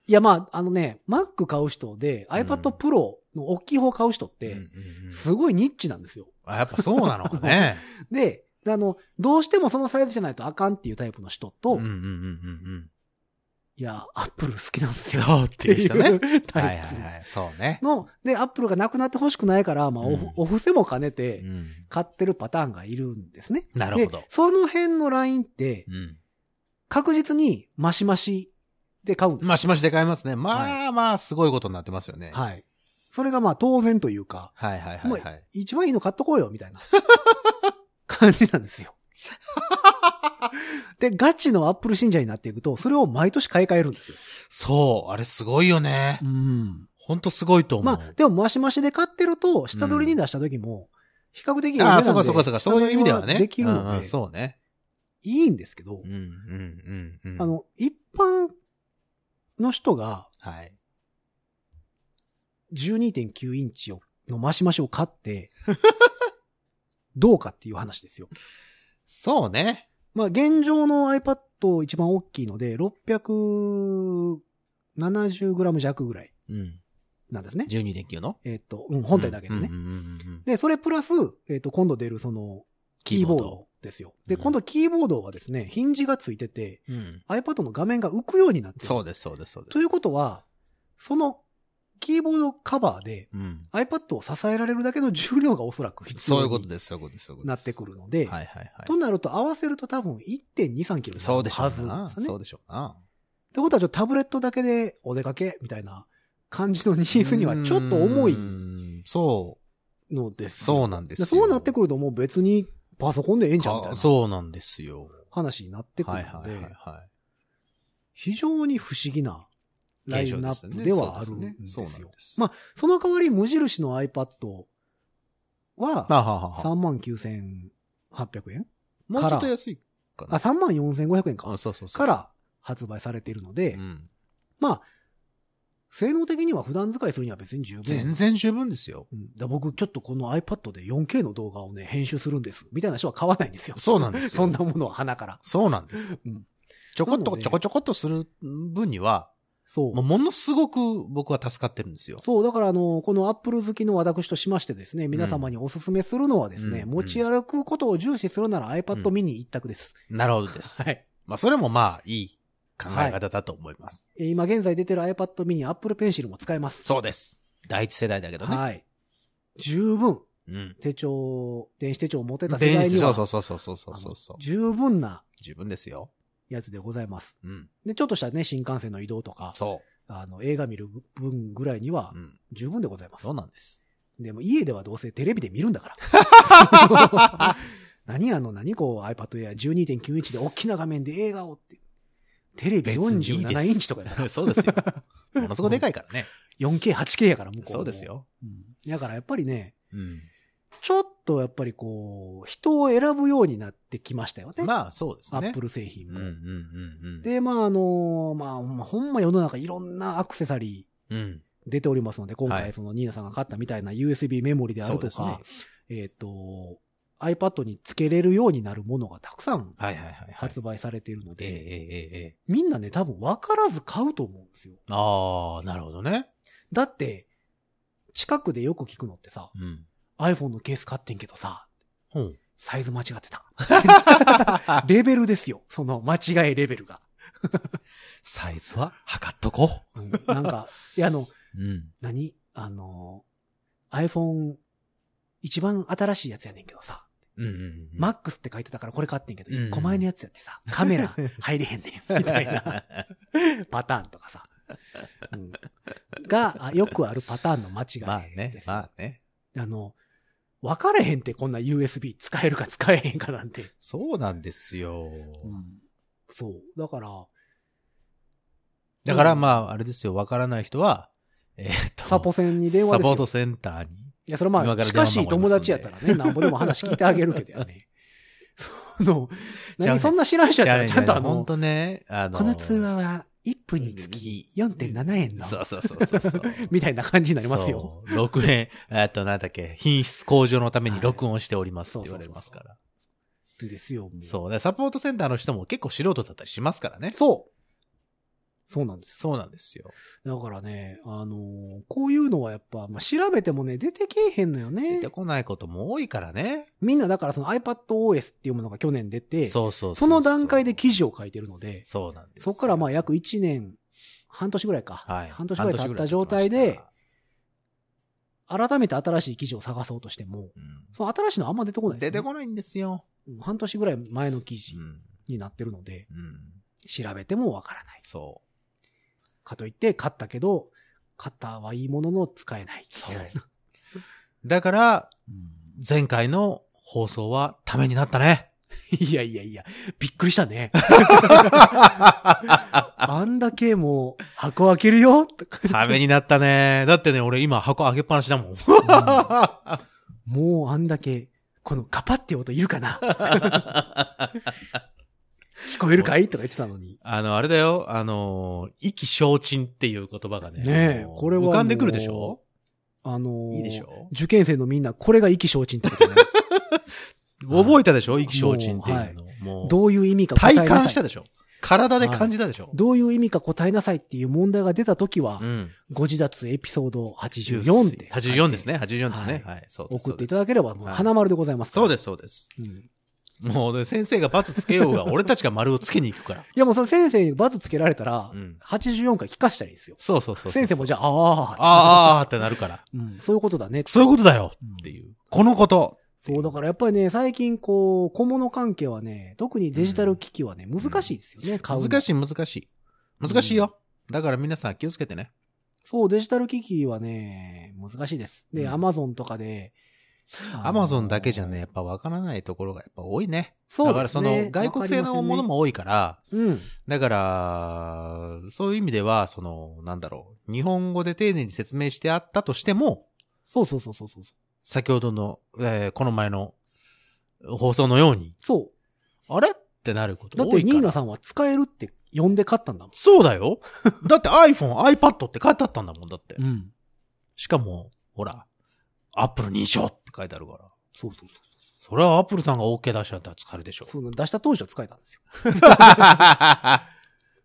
S2: いや、まあ、あのね、Mac 買う人で、iPad
S3: うん
S2: Pro の大きい方買う人っ
S3: うん
S2: て、
S3: うんうん
S2: すごいニッチなんですよ。
S3: あやっぱそうなのかね。
S2: で、 あの、どうしてもそのサイズじゃないとあかんっていうタイプの人と、
S3: うんうんうんうんうん。
S2: いや、アップル好きなんですよ。
S3: そうっていう人ね。はいは
S2: タ
S3: い
S2: イプ
S3: はい。そうね。
S2: の、で、アップルがなくなってほしくないから、まあ、お
S3: うん
S2: お布施も兼ね
S3: う
S2: て、
S3: ん。
S2: 買ってるパターンがいるんですね。
S3: なるほど
S2: で。その辺のラインって
S3: う、ん。
S2: 確実に、マシマシで買うんですよ
S3: まあ、しましで買いますね。まあまあ、すごいことになってますよね。はい
S2: はい。それがまあ、当然というか、
S3: はいはいはい。
S2: 一番いいの買っとこうよ、みたい な感じなんですよ。で、ガチのアップル信者になっていくと、それを毎年買い替えるんですよ。
S3: そう。あれすごいよね
S2: う。ん。
S3: ほんとすごいと思う。
S2: まあ、でも、マシマシで買ってると、下取りに出した時も、比較的いい
S3: ああ、そうかそうかそうか。そういう意味ではね。
S2: できる
S3: うん
S2: の
S3: うん
S2: で、
S3: そうね。
S2: いいんですけど
S3: う、んうんうんうん。
S2: あ、の、一般の人が
S3: はい。
S2: 12.9インチをのマシマシを買 って、どうかっていう話ですよ。
S3: そうね。
S2: まあ、現状の iPad 一番大きいので、670g 弱ぐらい
S3: うん。
S2: なんですね。
S3: 12.9の
S2: えっ、と、うん、本体だけでね。
S3: うんうんうんうん
S2: で、それプラス、えっ、と、今度出るその、キーボードですよ。で、
S3: うん
S2: 今度キーボードはですね、ヒンジがついてて、
S3: うん
S2: iPad の画面が浮くようになってる。
S3: そうです、そうです、そうで
S2: と
S3: す。
S2: いうことは、その、キーボードカバーで
S3: うん。
S2: iPad を支えられるだけの重量がおそらく必
S3: そうい
S2: 要
S3: うこと
S2: に
S3: です、そういうことです。そういうこと
S2: な
S3: で
S2: っ
S3: す
S2: てくるので、
S3: はいはいはい。
S2: となると合わせると多分1.23キロになる
S3: そうでしょ
S2: は
S3: う
S2: ずなん
S3: な
S2: で。すよ
S3: そう
S2: ね。
S3: でしょう
S2: っ
S3: な。
S2: てことはちょっとタブレットだけでお出かけみたいな感じのニーズにはちょっと重いう
S3: ーんそう。
S2: のですよ。
S3: そうなんですよ。
S2: そうなってくるともう別にパソコンでええん
S3: る
S2: じゃんみたいな
S3: そうなんですよ。
S2: 話になってく
S3: は
S2: る
S3: いは
S2: の
S3: いはいはい
S2: で、。非常に不思議なラインナップではあるんです
S3: そうなん
S2: よ
S3: で。す。
S2: まあ、その代わり無印の iPad は
S3: あははは。
S2: 39,800円
S3: もうちょっと安いか
S2: あ、
S3: な。
S2: 34,500円か
S3: あ、。そうそうそう。
S2: から発売されているの
S3: う
S2: で、
S3: ん。
S2: まあ、性能的には普段使いするには別に十分。
S3: 全然十分ですよ。
S2: うんだ僕、ちょっとこの iPad で 4K の動画をね、編集するんです。みたいな人は買わないんですよ。
S3: そうなんですよ
S2: そんなものは鼻から。
S3: そうなんです
S2: うん。
S3: ちょこっ
S2: なの
S3: と、
S2: で
S3: ちょこちょこっとする分には、
S2: そう
S3: もう。ものすごく僕は助かってるんですよ。
S2: そう、だからあの、この Apple 好きの私としましてですね、皆様にお勧めするのはですね、
S3: うん
S2: 持ち歩くことを重視するなら iPad
S3: うん
S2: mini 一択です。
S3: なるほど です。
S2: い。
S3: まあ、それもまあ、いい考え方だと思います。
S2: えー今現在出てる iPad mini Apple Pencil も使えます。
S3: そうです。第一世代だけどね。
S2: はい。十分、
S3: うん。
S2: 手帳、電子手帳を持てた世
S3: 電
S2: 代
S3: 子
S2: に
S3: そ
S2: は、
S3: うそうそうそうそうそうそ
S2: あ
S3: う
S2: の。十分な
S3: 自分ですよ。
S2: やつでございます。
S3: うん。
S2: で、ちょっとしたね、新幹線の移動とか、
S3: そ
S2: あの、映画見る分ぐらいには
S3: う。うん。
S2: 十分でございます
S3: そう。なんです。
S2: でも家ではどうせテレビで見るんだから。何あの、何こう iPad や12.9インチで大きな画面で映画をって。テレビ
S3: 別にいいです
S2: 47インチとかやから
S3: そうですよ。ものすごくでかいからね。
S2: 4K、8K やから向こうも
S3: そうです。よ。
S2: うんだからやっぱりね、
S3: うん。
S2: ちょっとやっぱりこう、人を選ぶようになってきましたよね。
S3: まあ、そうです
S2: ア
S3: ね
S2: ップ。ル製品
S3: うんう
S2: も。
S3: んうんうん。、
S2: で、まああのーまあほんま、ほんま世の中いろんなアクセサリ
S3: うん。
S2: ー出ておりますので、今
S3: は
S2: 回
S3: い
S2: そのニーナさんが買ったみたいな USB メモリであ
S3: そ
S2: る
S3: う
S2: と
S3: です
S2: か、
S3: ね。
S2: えっ、と、iPad につけれるようになるものがたくさん
S3: はいはいはいはい。
S2: 発売されているの
S3: え
S2: で、
S3: えええええ。
S2: みんなね、多分分からず買うと思うんですよ。
S3: ああ、なるほどね。
S2: だって、近くでよく聞くのってさ、
S3: うん。
S2: iPhone のケース買ってんけどさ、
S3: ほう。
S2: サイズ間違ってた。レベルですよ。その間違いレベルが。
S3: サイズは測っとこ
S2: うんなんか、いや、あの、
S3: う。うん。
S2: 何あの、iPhone 一番新しいやつやねんけどさ、
S3: うんうんうん。
S2: マックスって書いてたからこれ買ってんけど、
S3: うんうん
S2: 一個前のやつやってさ、カメラ入れへんねん、みたいなパターンとかさ。うんが、あよくあるパターンの間違
S3: まあ
S2: いで
S3: ね、
S2: す。
S3: まあね。
S2: あの、分かれへんってこんな USB 使えるか使えへんかなんて。
S3: そうなんですよ。
S2: そう。だから、
S3: だからまあ、あれですよ、わからない人は、えーっと、
S2: サポ線に電話
S3: サ
S2: です
S3: ポー
S2: よ
S3: トセンターに。
S2: いや、それま
S3: 今
S2: あ、
S3: から
S2: 近しい
S3: 電話
S2: 友
S3: 守りますんで
S2: 達やったらね、なんぼでも話聞いてあげるけどやね。 その、
S3: じゃあ
S2: 何
S3: ね
S2: そんな知らん人やったら、
S3: じ
S2: ち
S3: ゃ
S2: ゃん
S3: あね
S2: とあ
S3: ほん
S2: の、
S3: とね、あの、
S2: この通話は1分につき4.7円の、
S3: そうそうそうそうそう。
S2: みたいな感 じになりますよ。
S3: そう。録音、えっと、なんだっけ、品質向上のために録音しておりますって言われますから。
S2: ですよ、もう
S3: そう。でサポートセンターの人も結構素人だったりしますからね。
S2: そう。そうなんです。
S3: そうなんですよ。
S2: だからね、あのーこういうのはやっぱ、まあ、調べてもね、出てけえへんのよ
S3: 出
S2: ね
S3: て。こないことも多いからね。
S2: みんなだからその iPadOS っていうものが去年出て、
S3: そうそううう
S2: その段階で記事を書いてるので、
S3: そうなんですよ。
S2: そこからまあ約1年、半年ぐらいか。
S3: はい。
S2: 半年ぐらい経った状態で
S3: 半年ぐらい経ちました、
S2: 改めて新しい記事を探そうとしても、その新しいのあんま出てこ
S3: う
S2: ない
S3: ん。
S2: ですね、
S3: 出てこないんですよ。
S2: うん半年ぐらい前の記事
S3: うん。
S2: になってるので、
S3: うん。
S2: 調べてもわからない。
S3: そ
S2: かといって、買ったけど、買ったはいいものの使えない。
S3: う。そう。だから、
S2: うん
S3: 前回の放送はためになったね。
S2: いやいやいや、びっくりしたね。 あんだけもう、箱開けるよとか
S3: ためになったね。だってね、俺今箱開けっぱなしだもん。
S2: もうあんだけ、このカパって音いる かな聞こえるかいとか言ってたのに。
S3: あの、あれだよ。あのー、意気消沈っていう言葉がね。
S2: ねえ
S3: あのー
S2: これは
S3: 浮かんでくるでしょ
S2: あのー
S3: いいでしょ
S2: 受験生のみんな、これが意気消沈ってことね。 はい
S3: 覚えたでしょ意気消沈っていうの。もう、
S2: どういう意味か答え
S3: 体
S2: なさい。
S3: 感したでしょ体で感じたでしょ、
S2: どういう意味か答えなさいっていう問題が出たときは、
S3: うん。
S2: ご自立エピソード84で。
S3: 84ですね。84ですね。
S2: は
S3: はい。そうです。
S2: 送っていただければ、もう花丸でございますから。
S3: そうです、そうです。
S2: す。い
S3: もうね、先生が罰つけようが、俺たちが丸をつけに行くから。
S2: や、もうその先生にバツつけられたら、
S3: うん
S2: 84回聞かしたらいいですよ。
S3: そうそうそうそう。
S2: 先生もじ
S3: ゃ
S2: ゃあ、ああ、
S3: あーあーってなるから。
S2: うんそういうことだね。
S3: そういうことだよっていう。このこと。
S2: そう、だからやっぱりね、最近こう、小物関係はね、特にデジタル機器はね、
S3: ん
S2: 難しいですよね、買うの。
S3: 難しい、難しい。難しいよ。だから皆さん気をつけてね。
S2: そう、デジタル機器はね、難しいです。で、
S3: うん
S2: アマゾンとかで。
S3: アマゾンだけじゃ
S2: ね
S3: ね、やっぱわからないところがやっぱ多いね。
S2: そうですね
S3: だからその外国製のものも多いから、
S2: うん。
S3: だから、そういう意味では、その、なんだろう。日本語で丁寧に説明してあったとしても、
S2: そうそうそうそうそう。
S3: 先ほどの、えーこの前の放送のように、
S2: そ
S3: あれってなるこ
S2: う。
S3: と
S2: だっ
S3: 多
S2: て
S3: いか
S2: ニ
S3: ら。
S2: ーナさんは使えるって呼んで買ったんだも
S3: そうだよ。だって iPhone、iPad って書いてあったんだもん、だって。
S2: ん。うん。
S3: しかも、ほら、Apple 認証って書いてあるから。
S2: そうそうそ
S3: それは Apple さんが OK 出しちゃったら疲れ でしょ
S2: う。。そう出した当時は使えたんですよ。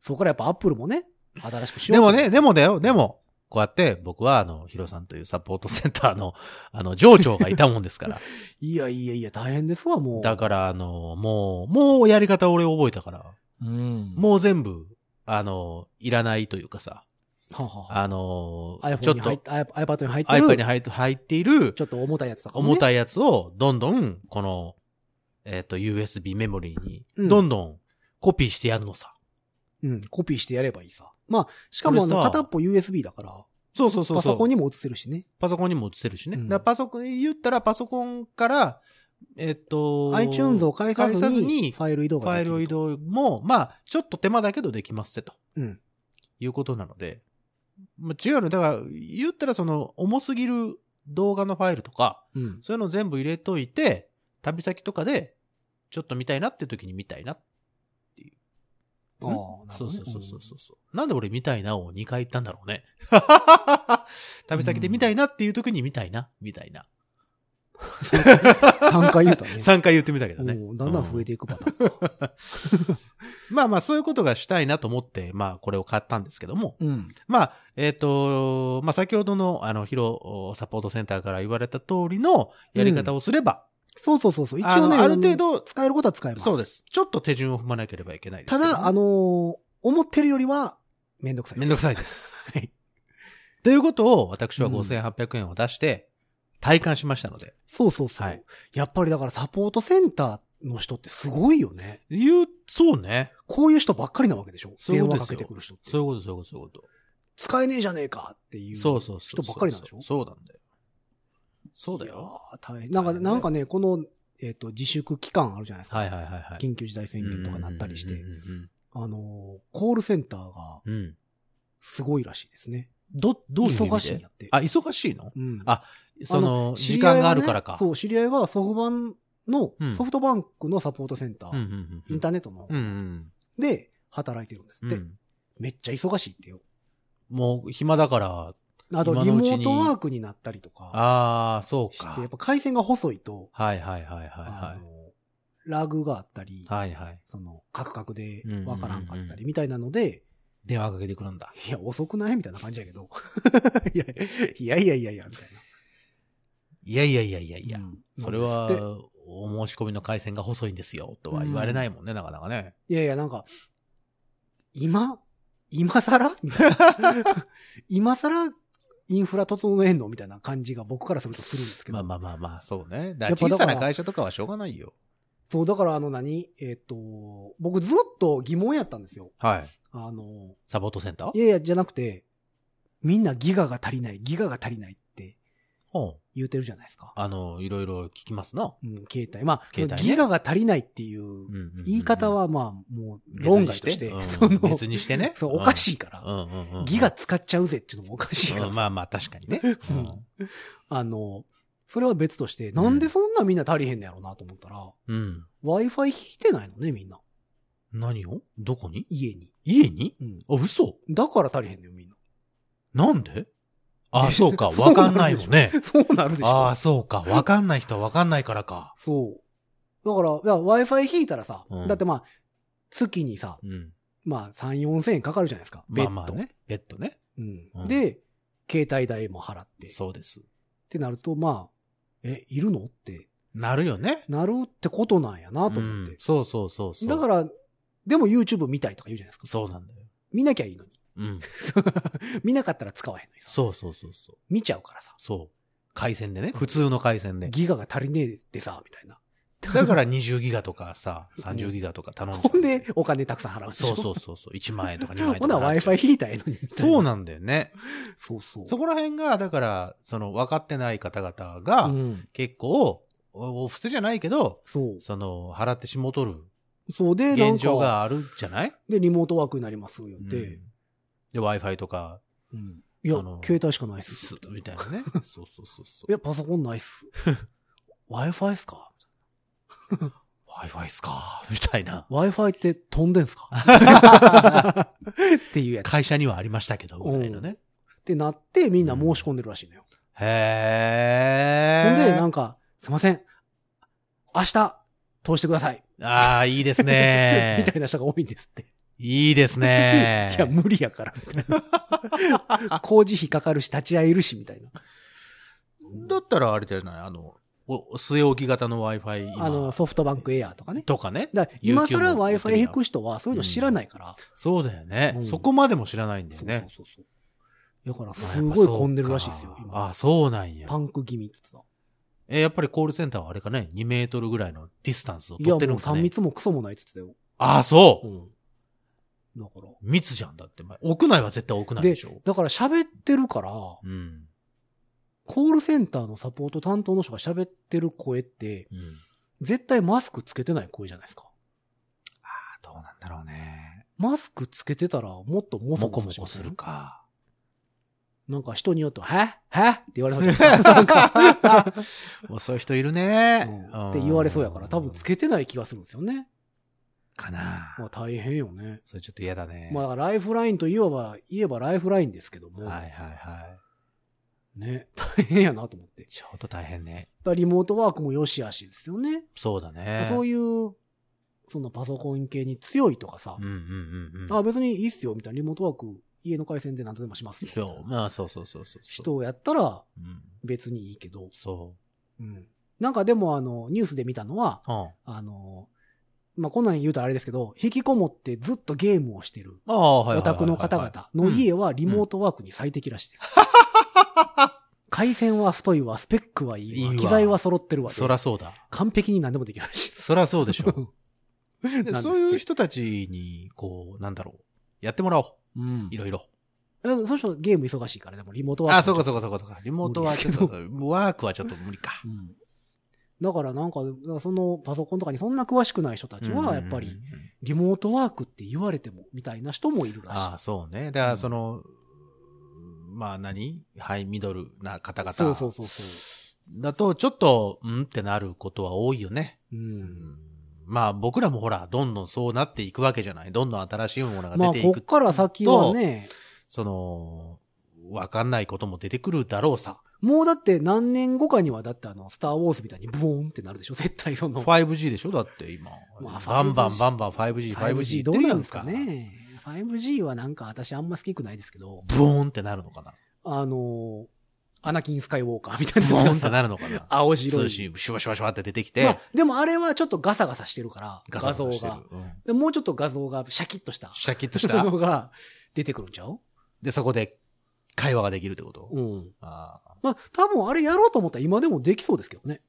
S2: そこからやっぱアップルもね、新しくしよ
S3: で
S2: うと
S3: もね、、でもだよ、でも、こうやって僕はあの、ヒロさんというサポートセンターの、あの、上長がいたもんで すから。
S2: いやいやいや、大変ですわ、もう。
S3: だからあの、もう、もうやり方俺覚えたから、
S2: うん。も
S3: もう全部、あの、いらないというかさ、
S2: う、ははは
S3: あの、ち
S2: iPhone
S3: ょっ
S2: に入っ
S3: と、
S2: て、iP- iPad に入ってる。
S3: iPad に入って入っている、
S2: ちょっと重たいやつとかもね。
S3: 重
S2: い。
S3: たいやつを、どんどん、この、えっ、と、USB メモリーに、
S2: うん
S3: どんどんコピーしてやるのさ。
S2: うん。コピーしてやればいいさ。まあ、しかもあ
S3: こ
S2: の、
S3: れさ
S2: 片っぽ USB だから、
S3: そうそうそう
S2: パ
S3: そう。
S2: ソコンにも映せるしね。
S3: パソコンにも映せるしね。
S2: うん
S3: だからパソコン、言ったらパソコンから、えっと、
S2: iTunes を介さ
S3: 介
S2: ず
S3: さず
S2: に、
S3: に
S2: ファイル移動
S3: フ
S2: がで
S3: ァ
S2: き
S3: イ
S2: る。
S3: ル移。動も、まあ、ちょっと手間だけどできますせと
S2: うん。
S3: いうことなので、まあ、違うの。だから、言ったらその、重すぎる動画のファイルとか、
S2: うん。
S3: そういうの全部入れといて、旅先とかで、ちょっと見たいなって時に見たいな。
S2: ああ、なるほどね
S3: そうそうそうそうそうそう。なんで俺見たいなを2回言ったんだろ うね。旅先で見たいなっていう時に見たいな、みたいな。
S2: 3回言うた ね。
S3: 3回言ってみたけどね。
S2: うんだんだん増えていくパターン。
S3: まあまあそういうことがしたいなと思って、まあこれを買ったんですけども。
S2: うん。
S3: まあ、えっ、と、まあ先ほどのあの、ヒロサポートセンターから言われた通りのやり方をすれば、
S2: そうそうそうそう。一
S3: あ
S2: 応ね、
S3: のある程
S2: あの
S3: 度、
S2: 使えることは使えます。
S3: そうで。す。ちょっと手順を踏まなければいけないです
S2: た
S3: けどね、
S2: だ、あのー思ってるよりは、めんどくさい。
S3: めんどく
S2: い。
S3: さいです。
S2: はい。
S3: ということを私は
S2: うん
S3: 5800円を出して、体感しましたので。
S2: そうそうそう。
S3: はい
S2: やっぱりだからサポートセンターの人ってすごいよね。
S3: 言う、そうね。
S2: こういう人ばっかりなわけでしょ
S3: そういう
S2: 電
S3: こ
S2: 話
S3: とで
S2: か
S3: す
S2: け
S3: よ
S2: てくる人って
S3: そう。いうこと、そういうこと、そういうこと。
S2: 使えねえじゃねえかっていう
S3: そうそうそ
S2: 人
S3: う。
S2: ばっかりなんでしょ
S3: そうなんだよ。そうだよ。。
S2: いやー大変。なんか、なんかね、この、えっ、と、自粛期間あるじゃないですか。
S3: はいはいはいはい。
S2: 緊急事態宣言とかなったりして
S3: うん、うん
S2: あのーコールセンターが
S3: うんうん。うん
S2: すごいらしいですね。
S3: ど、どういう意味で
S2: 忙しいんやって。
S3: あ、忙しいの
S2: うん
S3: あその、
S2: 知
S3: 時
S2: り合い
S3: 間
S2: ね
S3: があるからか。
S2: そう、知り合いがソフトバンの
S3: う、ん
S2: ソフトバンクのサポートセンター、
S3: うんうんうんうん。
S2: インターネットの、
S3: うんうん
S2: で、働いてるんです
S3: う
S2: っ
S3: ん。
S2: て、
S3: うん
S2: めっちゃ忙しいってよ。
S3: もう、暇だから、
S2: あと、
S3: 今
S2: リ
S3: のう
S2: モ
S3: ちに
S2: ートワークになったりとか
S3: ああ、そう
S2: して、
S3: か。
S2: やっぱ回線が細いと、
S3: はいはいはいはいは
S2: あのラグがあったり、
S3: い。はいはい。
S2: その、カクカクで
S3: うんうんうんうん
S2: わからんかったりみたいなので、
S3: 電話かけてくるんだ。
S2: いや、遅くないみたいな感じやけど。 いやいやいやいやいや、みたいな。
S3: いやいやいやいやいや、
S2: うん
S3: それ
S2: なん
S3: は
S2: ですって、
S3: お申し込みの回線が細いんですよ、とは言われないもんね、なかなかね。
S2: いやいや、なんか、今、今更みたいな。 今更、インフラ整えんのみたいな感じが僕からするとするんですけど。
S3: まあまあまあまあ、そうね。だ
S2: やっぱ
S3: 小
S2: だから
S3: さな会社とかはしょうがないよ。
S2: そう、だからあの何えっ、と、僕ずっと疑問やったんですよ。
S3: はい。
S2: あの、
S3: サポートセンター
S2: いやいや、じゃなくて、みんなギガが足りない、ギガが足りないって
S3: うん。
S2: 言うてるじゃないですか。
S3: あの、いろいろ聞きますな。
S2: うん、携帯。まあ、
S3: 携帯ね
S2: そのギガが足りないっていう
S3: うんうんうんうん
S2: 言い方、はまあ、もう論外として、
S3: 別にしてうん別にしてね
S2: そう、おかしいから、
S3: うんうんうんうん。
S2: ギガ使っちゃうぜっていうのもおかしいから、
S3: うんまあまあ、確かにね。
S2: うんあの、それは別として、なんでそんなみんな足りへんのやろうなと思ったら、
S3: うん
S2: Wi-Fi 引いてないのね、みんな。
S3: 何をどこに
S2: 家に。
S3: 家に
S2: うん。
S3: あ、嘘
S2: だから足りへんのよ、みんな。
S3: なんであ、そうか。
S2: そうな
S3: わ
S2: んでしょ
S3: かんないもんね。
S2: そうなるでしょ。
S3: ああ、そうか。わかんない人はわかんないからか。
S2: そう。だから、いや Wi-Fi 引いたらさ、
S3: うん
S2: だってまあ、月にさ、
S3: うん。
S2: まあ、3、4千円かかるじゃないですか。
S3: ま
S2: ベッ
S3: あ
S2: ド。
S3: まあね。ベッドね。
S2: うん
S3: うん
S2: で、携帯代も払って。っ
S3: そうです。
S2: てなると、まあ、え、いるのって、
S3: なるよね。
S2: なるってことなんやなと
S3: う
S2: 思っ
S3: ん
S2: て。
S3: そうそうそうそう。、
S2: だからら、でも YouTube 見たいとか言うじゃないですか。
S3: そうなんだよ。
S2: 見なきゃいいのに。
S3: うん。
S2: 見なかったら使わへんのにさ。
S3: そうそうそうそう。
S2: 見ちゃうからさ。
S3: そう。回線でね。普通の回線で。
S2: ギガが足りねえでさ、みたいな。
S3: だから20ギガとかさ、30ギガとか頼んじゃう
S2: ほんで、お金たくさん払うでしょ。
S3: そうそうそうそう。1万円とか2万円
S2: ほな
S3: とか。
S2: Wi-Fi 引いたらええのに。みたい
S3: そうなんだよね。
S2: そうそう。
S3: そこら辺が、だから、その、分かってない方々が、
S2: うん。
S3: 結構、おお布施じゃないけど、
S2: そう。
S3: その、払ってしもとる
S2: そうで、なん
S3: 現
S2: か
S3: 状、があるじゃない
S2: で、リモートワークになりますよ
S3: うん
S2: っ
S3: で
S2: て。、
S3: Wi-Fi とか、
S2: うん。いや
S3: その、
S2: 携帯しかないっす
S3: す。みた いなね。そうそうそうそ。
S2: いうや、パソコンないっ す。Wi-Fi っすか
S3: Wi-Fi っすかみたいな。
S2: ?Wi-Fi って飛んでん すかっていうやつ。
S3: 会社にはありましたけど、ぐらいのね。
S2: ってなって、みんな申し込んでるらしいのよ。
S3: へ
S2: ほん
S3: ー。
S2: で、なんか、すいません。明日、通してください。
S3: ああ、いいです
S2: み
S3: ね
S2: た。いな人が多いんですって。
S3: いいですね。
S2: い や、無理やから、みたいな。工事費かかるし、立ち会えるし、みたいな。
S3: だったらあれじゃないあの、お据え置き型の Wi-Fi 今
S2: あの、ソフトバンクエアとかね。
S3: とかね。
S2: だから今
S3: UQ
S2: 更
S3: もやって
S2: Wi-Fi
S3: るや
S2: 引
S3: ん
S2: く人は、そういうの知らないから。
S3: そうだよね、
S2: うん
S3: そこまでも知らないんだよね。
S2: そうそうそう。だから、すごい混んでるらしいですよ、
S3: ああ、
S2: 今。
S3: そうなんや
S2: パ。ンク気味って言って。
S3: え、やっぱりコールセンターはあれかね、2メートルぐらいのディスタンスを取ったて
S2: いや、も
S3: るん
S2: う
S3: か
S2: 3
S3: ね。
S2: 密もクソもないって言って
S3: ああ、そう、
S2: たよ。うん。だから。
S3: 密じゃんだって。屋内は絶対屋内でしょ。
S2: だから喋ってるから、
S3: うん。
S2: コールセンターのサポート担当の人が喋ってる声って、
S3: うん。
S2: 絶対マスクつけてない声じゃないですか。
S3: あどうなんだろうね。
S2: マスクつけてたら、もっともそ
S3: モコ
S2: もそ
S3: モ
S2: し
S3: コ
S2: ます
S3: す
S2: る
S3: る。か。
S2: なんか人によっては、 ははって言われそうじゃ ないですかなんか
S3: もうそういう人いるね。
S2: うんって言われそうやから、多分つけてない気がするんですよね。
S3: かな
S2: まあ大変よね。
S3: それちょっと嫌だね。
S2: まあだからライフラインといえば、言えばライフラインですけども、
S3: はいはいはい。
S2: ね、大変やなと思って。だか
S3: ちょっと大変ね。
S2: らリモートワークも良し悪しですよね。
S3: そうだね。
S2: そう
S3: い
S2: いう、そのパソコン系に強いとかさ、
S3: うんうんうんうん。
S2: あ、別にいいっすよ、みたいな、リモートワーク、家の回線で何とでもしますよ。みた
S3: そ、
S2: いうな
S3: まあそうそうそうそうそう。
S2: 人をやったら
S3: うん。
S2: 別にいいけど、
S3: そ
S2: うん。なんかでもあの、ニュースで見たのは、
S3: う。うん。
S2: あの、まあ、こんなん言うとあれですけど、引きこもってずっとゲームをしてる
S3: ああ、はいはいはいはい。
S2: お宅の方々の家はリモートワークに最適らしいです。 回線は太いわ、スペックはいいわ、
S3: いいわ
S2: 機材は揃ってる
S3: うん。
S2: わ、
S3: そらそうだ。
S2: 完璧に何でもできるらしいです。
S3: そらそうでし ょ。
S2: で
S3: です
S2: って
S3: そういう人たちに、こう、なんだろう。やってもらおう。
S2: うん
S3: い。ろいろ。
S2: でもその人ゲーム忙しいから、でもリモートワーク。
S3: あ、そうかそうかそうかそうか。リモートはちょっと、
S2: 無
S3: ワークはちょっと無理か。
S2: うん。だからなんか、そのパソコンとかにそんな詳しくない人たちは、やっぱ
S3: うんう
S2: り
S3: んうんうん。
S2: リモートワークって言われても、みたいな人もいるらしい。
S3: ああ、そうね。だから、その、まあ何ハイミドルな方々。
S2: そうそうそうそ
S3: だと、ちょっと、うんってなることは多いよね。
S2: う。う。
S3: うんんまあ僕らもほら、どんどんそうなっていくわけじゃない。どんどん新しいものが
S2: まあ、
S3: 出てい
S2: こ
S3: く
S2: っ。から先はね、
S3: その、わかんないことも出てくるだろうさ。
S2: もうだって何年後かにはだってあの、スターウォーズみたいにブオーンってなるでしょ絶対その。
S3: 5G でしょだって今。
S2: まあ
S3: バンバン
S2: 5G
S3: バンバン 5G、5G
S2: どうなんですか
S3: 言ってるやん
S2: ね。 5G はなんか私あんま好きくないですけど、
S3: ブオーンってなるの かな
S2: あのーアナキン・スカイウォーカーみたいな。
S3: ブオーンってなるのかな
S2: 青白
S3: 通
S2: い。
S3: 信、シュワシュワシュワって出てき
S2: ま
S3: て
S2: あ、、でもあれはちょっとガサガサしてるから、
S3: ガサガサ
S2: 画
S3: し
S2: 像
S3: て
S2: が。。
S3: るうん
S2: でもうちょっと画像がシャキッとした
S3: シャキッとした
S2: も。のが出てくるんちゃう
S3: で、そこで会話ができるってこと
S2: うん。
S3: あー
S2: まあ、多分あれやろうと思ったら今でもできそうですけどね。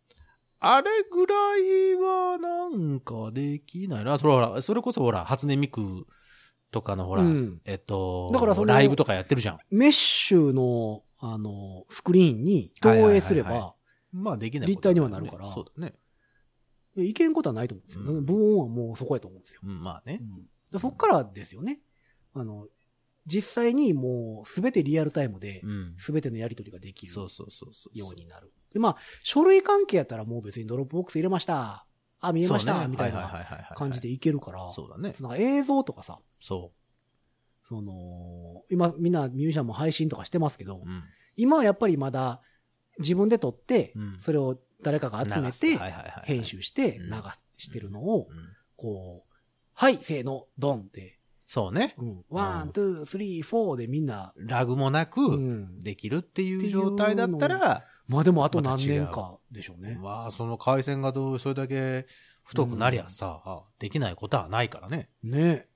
S3: あれぐらいはなんかできないな。それほら、それこそほら、初音ミクとかのほら、
S2: うん。
S3: えっと、
S2: だからその
S3: ライブとかやってるじゃん。
S2: メッシュの、あの、スクリーンに投影すれば、
S3: はいいはいまあできない、
S2: 立体にはなるから
S3: そうだね。
S2: いけんことはないと思うんですよ。
S3: うん
S2: ブオンはもうそこやと思うんですよ。
S3: うん、まあね
S2: う。んでそっからですよね。あの、実際にもうすべてリアルタイムで
S3: う、ん。
S2: すべてのやり取りができる
S3: そうそうそうそう。
S2: ようになる。で、まあ、書類関係やったらもう別にドロップボックス入れました。あ、見えまし
S3: そう
S2: た、
S3: ね
S2: みたい
S3: はは
S2: な
S3: ははは
S2: 感じでいけるから、
S3: そうだね。
S2: なんか映像とかさ、
S3: そ
S2: その、今みんなミュージシャンも配信とかしてますけど、
S3: う。うん。
S2: 今はやっぱりまだ自分で撮って、
S3: うん
S2: それを誰かが集め
S3: 流す
S2: て
S3: はい、はいはいはい
S2: 編集して
S3: う
S2: 流
S3: ん
S2: してるのを
S3: う、ん
S2: こう、はい、せーの、ドンって、
S3: そうね。
S2: うん、ワン、ツー、スリー、フォーでみんな、
S3: ラグもな
S2: う
S3: く、
S2: ん。
S3: できるっていう状態だったら、
S2: まあでもあと何年かでしょうね。
S3: まあ、その回線がどう、それだけ太くなりゃさ、できないことはないからね。
S2: ね。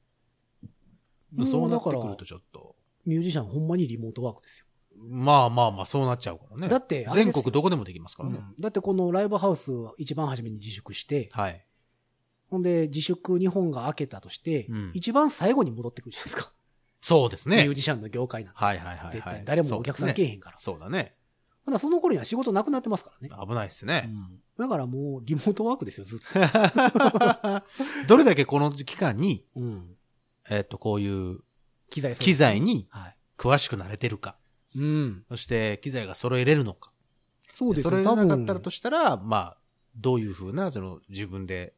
S2: も
S3: そうなってく
S2: だから
S3: るとちょっと。
S2: ミュージシャンほんまにリモートワークですよ。
S3: まあまあまあ、そうなっちゃうからね。
S2: だってあれです
S3: 全
S2: よ
S3: 国どこでもできますからね。
S2: うんだってこのライブハウスを一番初めに自粛して、
S3: はい。
S2: ほんで自粛日本が明けたとして、
S3: うん
S2: 一番最後に戻ってくるじゃないですか。
S3: そうです
S2: ミ
S3: ね
S2: ュー。ジシャンの業界なんて。
S3: はいはいはいはい。
S2: 絶対誰もお客さん来えへんから。
S3: そうですねそうだね。
S2: ほんならその頃には仕事なくなってますからね。
S3: 危ないっすね。
S2: だからもうリモートワークですよ、ずっと。
S3: どれだけこの期間に、
S2: うん。
S3: えっと、こういう
S2: 機材
S3: 機材に
S2: は
S3: 詳しくなれてるか。
S2: い。うん。
S3: そして、機材が揃えれるのか。
S2: そうです
S3: 揃え
S2: ね、
S3: れ
S2: 多
S3: なかっ
S2: 分
S3: たら。としたら、まあ、どういうふうな、その、自分で、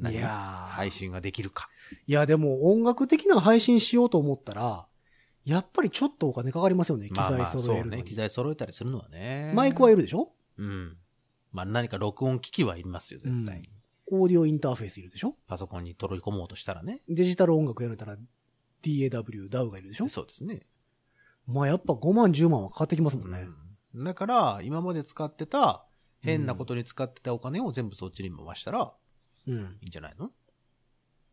S2: い
S3: 何
S2: やー
S3: 配信ができるか。
S2: いや、でも音楽的な配信しようと思ったら、やっぱりちょっとお金かかりますよね、機
S3: まあ
S2: 材
S3: まあ、
S2: 揃
S3: そ
S2: え
S3: う
S2: るの
S3: ね。
S2: に
S3: 機。材揃えたりするのはね。
S2: マイクはいるでしょ
S3: うん。まあ、何か録音機器はいりますよ、絶対に。
S2: うオーディオインターフェースいるでしょ
S3: パソコンに取り込もうとしたらね。
S2: デジタル音楽やるなら DAW、DAW がいるでしょ
S3: そうですね。
S2: まあやっぱ5万、10万はかかってきますもんね。
S3: うんだから、今まで使ってた、変なことに使ってたお金を全部そっちに回したら
S2: うん。
S3: いいんじゃないの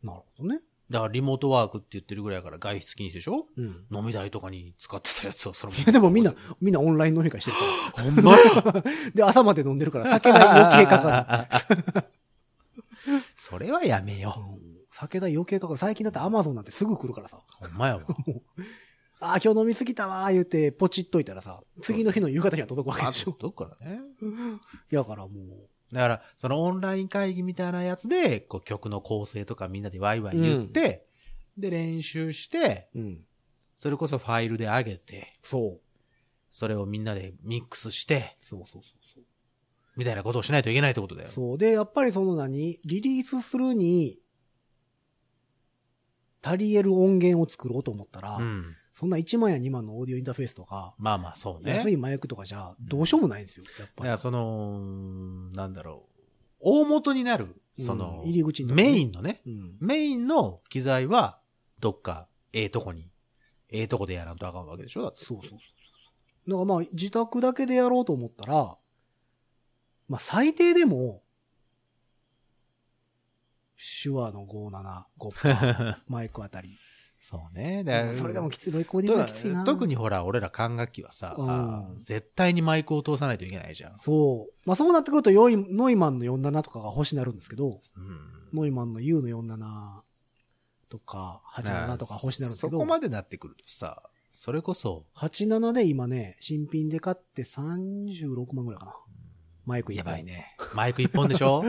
S2: なるほどね。
S3: だからリモートワークって言ってるぐらいだから外出禁止でしょ
S2: うん。
S3: 飲み代とかに使ってたやつはその
S2: いやでもみんな、みんなオンライン飲み会してる
S3: ほんまや
S2: から。で、朝まで飲んでるから酒代余計かかる。
S3: る。 それはやめよ
S2: うん酒代余計かかる。最近だってアマゾンなんてすぐ来るからさ。
S3: う。ほんまやわ。
S2: ああ、今日飲みすぎたわー言うて、ポチっといたらさ、次の日の夕方には届くわけ
S3: あ
S2: でしょ。
S3: どっからね。
S2: だからも
S3: だから、そのオンライン会議みたいなやつで、こう曲の構成とかみんなでワイワイ言って、で練習して、
S2: う、うん。
S3: それこそファイルで上げて、
S2: そう。
S3: それをみんなでミックスして、
S2: そうそうそうそう。
S3: みたいなことをしないといけないってことだよ。
S2: そう。で、やっぱりその何リリースするに、足り得る音源を作ろうと思ったら、
S3: うん。
S2: そんな1万や2万のオーディオインターフェースとか、
S3: まあまあ、そうね。
S2: 安いマイクとかじゃ、どうしようもないんですよ、やっ
S3: だ
S2: ぱ
S3: か
S2: り。
S3: らその、なんだろう。大元になる、その
S2: うん、入り口のとこね
S3: メインのね、
S2: うん。
S3: メインの機材は、どっか、ええとこに、ええとこでやらんとあかんわけでしょだって
S2: そうそうそうそうそう。だからまあ、自宅だけでやろうと思ったら、まあ、最低でも、手話の575 マイクあたり。
S3: そうね。だから
S2: それでもきつい、レコーディングがきついな。
S3: 特に。ほら、俺ら管楽器はさ、
S2: うん
S3: あー絶対にマイクを通さないといけないじゃん。
S2: そう。まあ、そうなってくると、ヨイノイマンの47とかが欲しになるんですけど、
S3: うん。
S2: ノイマンの U の47とか、87とか欲しになるんです
S3: そ
S2: けど、
S3: こまでなってくるとさ、それこそ、
S2: 87で今ね、新品で買って36万ぐらいかな。マイク
S3: や
S2: 一本
S3: ばい。ね。マイク一本でし ょ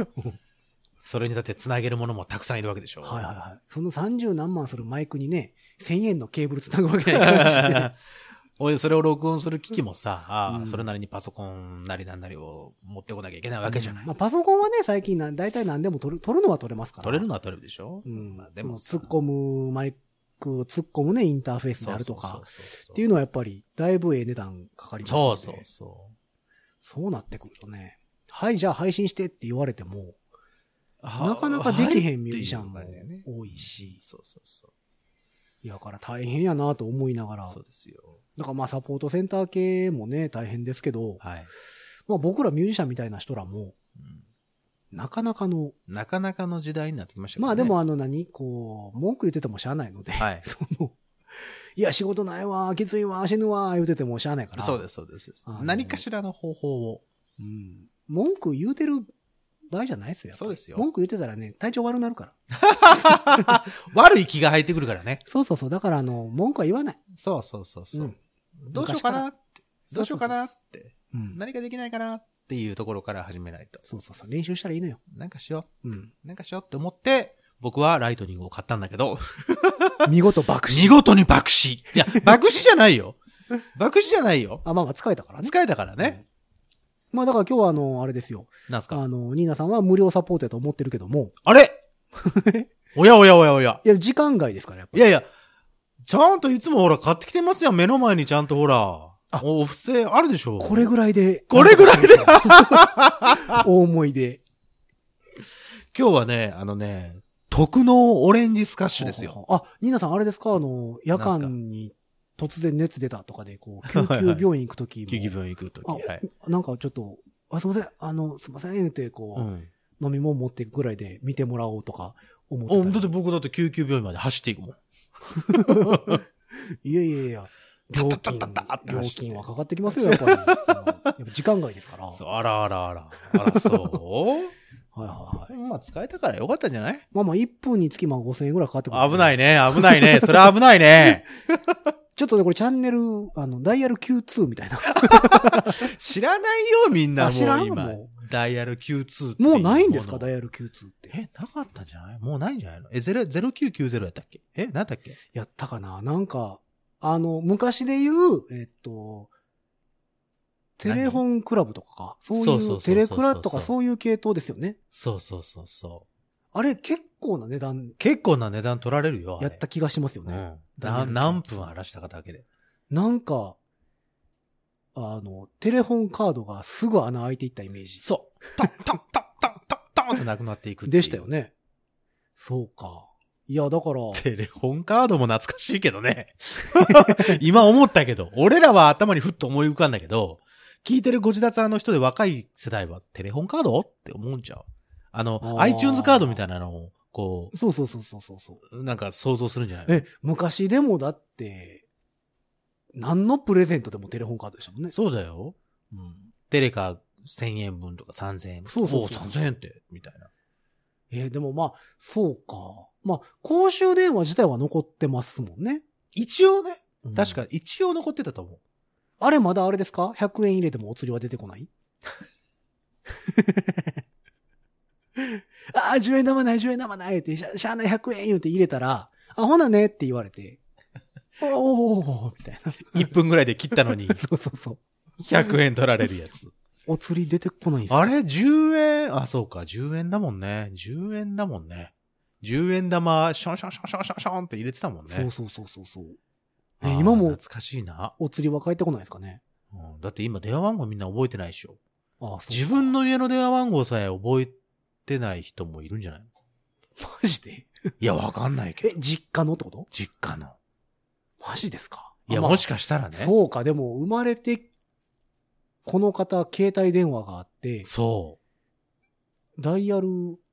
S3: それにだって繋げるものもたくさんいるわけでしょ
S2: はいはいはい。その30何万するマイクにね、1000円のケーブル繋ぐわけない からしね
S3: 俺、それを録音する機器もさ、あー
S2: うん
S3: それなりにパソコンなりなんなりを持ってこなきゃいけない わけじゃない。
S2: まあ、パソコンはね、最近な、大体何でも取る、取るのは取れますから。
S3: 撮れるのは撮れるでしょ、
S2: うん。
S3: まあ
S2: で
S3: で
S2: も、
S3: も
S2: 突っ込むマイクを突っ込むね、インターフェースであるとか。っていうの
S3: の
S2: はやっぱり、だいぶええ値段かかります
S3: そ
S2: の
S3: う
S2: で
S3: そうそう。
S2: そうなってくるとね、はい、じゃあ配信してって言われても、
S3: あー
S2: なかなかできへんミュージシャンも
S3: はいっていうのがね
S2: 多いし、
S3: そうそうそう。
S2: いや、だから大変やなと思いながら。
S3: そうですよ。
S2: だからまあサポートセンター系もね、大変ですけど、
S3: はい。
S2: まあ僕らミュージシャンみたいな人らも、
S3: うん
S2: なかなかの、
S3: なかなかの時代になってきましたけどね。
S2: まあでもあの何、こう、文句言っててもしゃあないので、
S3: はい。
S2: その、いや、仕事ないわ、きついわ、死ぬわ、言うててもしゃあないから。
S3: そうです、そうです。そうです
S2: あの
S3: 何かしらの方法を。
S2: うん。文句言うてる場合じゃないですよ。やっぱり
S3: そうですよ
S2: 文句言うてたらね、体調悪なるから。
S3: 悪い気が入ってくるからね。
S2: そうそうそう。だからあの、文句は言わない。
S3: そうそうそうそう。
S2: うん
S3: どうしようかなって。
S2: 昔から
S3: どうしようかなって。
S2: うん。
S3: 何かできないかなっていうところから始めないと。
S2: そうそうそう。練習したらいいのよ。
S3: なんかしよ
S2: うん。
S3: う。なんかしようって思って、僕はライトニングを買ったんだけど、
S2: 見事爆死。
S3: 見事に爆死。い や、爆死じゃないよ。爆死じゃないよ。
S2: あ、まあまあ疲れたからね。
S3: 疲れたからね。
S2: うん。まあだから今日はあの、あれですよ。
S3: なんすか。
S2: あの、ニーナさんは無料サポートやと思ってるけども、
S3: あれおやおやおやおや。
S2: いや、時間外ですから、やっぱ
S3: い
S2: り。
S3: やいや、ちゃんといつもほら買ってきてますよ。目の前にちゃんとほら。
S2: あ
S3: お布施あるでしょ。
S2: これぐらいで。
S3: これ ぐらいで。
S2: 大思いで。
S3: 今日はね、あのね、特納オレンジスカッシュですよ。
S2: よ。あ、ニーナさん、あれですかあの、夜間に突然熱出たとかで、こう、救急病院行くとき
S3: ギギ分行くとき。
S2: あ
S3: はい。
S2: なんかちょっと、あ、すいません、あの、すいません、言って、こ
S3: う
S2: う、
S3: ん。
S2: 飲み物持っていくぐらいで見てもらおうとか思って
S3: お
S2: たり
S3: だって僕だって救急病院まで走っていくもん。
S2: いやいやいや、料
S3: タ
S2: 金
S3: タタタタっ、て
S2: 料
S3: 走って
S2: 金はかかってきますよ、 やっぱり。そのやっぱ時間外ですから。はい
S3: そうあらあらあら。あら、そう
S2: はいはい。
S3: まあ、使えたからよかったんじゃない
S2: まあまあ、1分につきまあ5000円ぐらいかかってくる。。
S3: 危ないいね、危ないね。それ危ない ね。
S2: ちょっとね、これチャンネル、あの、ダイヤル Q2 みたいな。
S3: 知らないよ、みんな。も
S2: あ知らん
S3: う今
S2: も。
S3: ダイヤル Q2 って い
S2: も
S3: も
S2: う
S3: の
S2: ないんですか、ダイヤル Q2 って。
S3: え、なかったんじゃないもうないんじゃないのえ、ゼロ0990やったっけえ、なんだっけ
S2: やったかななんか、あの、昔で言う、えっと、テレフォンクラブとかか。そ
S3: そうう
S2: い
S3: そうそうそう
S2: う、
S3: そ
S2: テ
S3: う
S2: レクラとかそういう系統ですよね。
S3: そうそうそうそう。
S2: あれ、結構な値段
S3: 結構な値段取られるよ、あ
S2: や
S3: れ
S2: った気がしますよね。
S3: うん。
S2: ダイヤ
S3: な
S2: ル
S3: 何分荒らしたかだけで。
S2: なんか、あの、テレフォンカードがすぐ穴開いていったイメージ。
S3: そう。タンタンタンタンタンタンってなくなっていくっていう
S2: でしたよ。ね。そうか。いや、だから、
S3: テレフォンカードも懐かしいけどね。 今思ったけど、俺らは頭にふっと思い浮かんだけど、聞いてるご自立派の人で若い世代はテレフォンカードって思うんちゃうあの
S2: あー
S3: iTunes カードみたいなのを、こ
S2: そうそうそうそうそうそう。
S3: う、なんか想像するんじゃないの
S2: え、昔でもだって、何のプレゼントでもテレフォンカードでしたもんね。
S3: そうだよ。
S2: うん
S3: テレカ1000円分とか3000円分。
S2: そうそうそう
S3: お3000円って、みたいな。
S2: えーでもまあ、そうか。まあ、公衆電話自体は残ってますもんね。
S3: 一応ね、
S2: うん
S3: 確か一応残ってたと思う。
S2: あれまだあれですか ?100 円入れてもお釣りは出てこない ああ、10円玉ない、10円玉ないって、しゃしゃあない100円言うて入れたら、あ、ほなねって言われて、おーおーおーみたいな。
S3: 1分ぐらいで切った のに、
S2: そうそうそう。
S3: 100円取られるやつ。
S2: お釣り出てこないんすよ
S3: あれ ?10 円あ、そうか、10円だもんね。10円だもんね。10円玉、シャンシャンシャンシャンシャンシャンって入れてたもんね。
S2: そうそうそうそうそう。
S3: あー
S2: え、今も
S3: 懐かしいな、
S2: お釣りは返ってこないですかね
S3: うん。だって今電話番号みんな覚えてないでしょ。
S2: ああ、そう。
S3: 自分の家の電話番号さえ覚えてない人もいるんじ ゃないの
S2: マジで
S3: いや、わかんないけ
S2: え
S3: ど、。
S2: 実家のってこと
S3: 実家の。
S2: マジですか
S3: いや、
S2: まあ
S3: もしかしたらね。
S2: そうか、でも生まれて、この方、携帯電話があって、
S3: そう。
S2: ダイヤル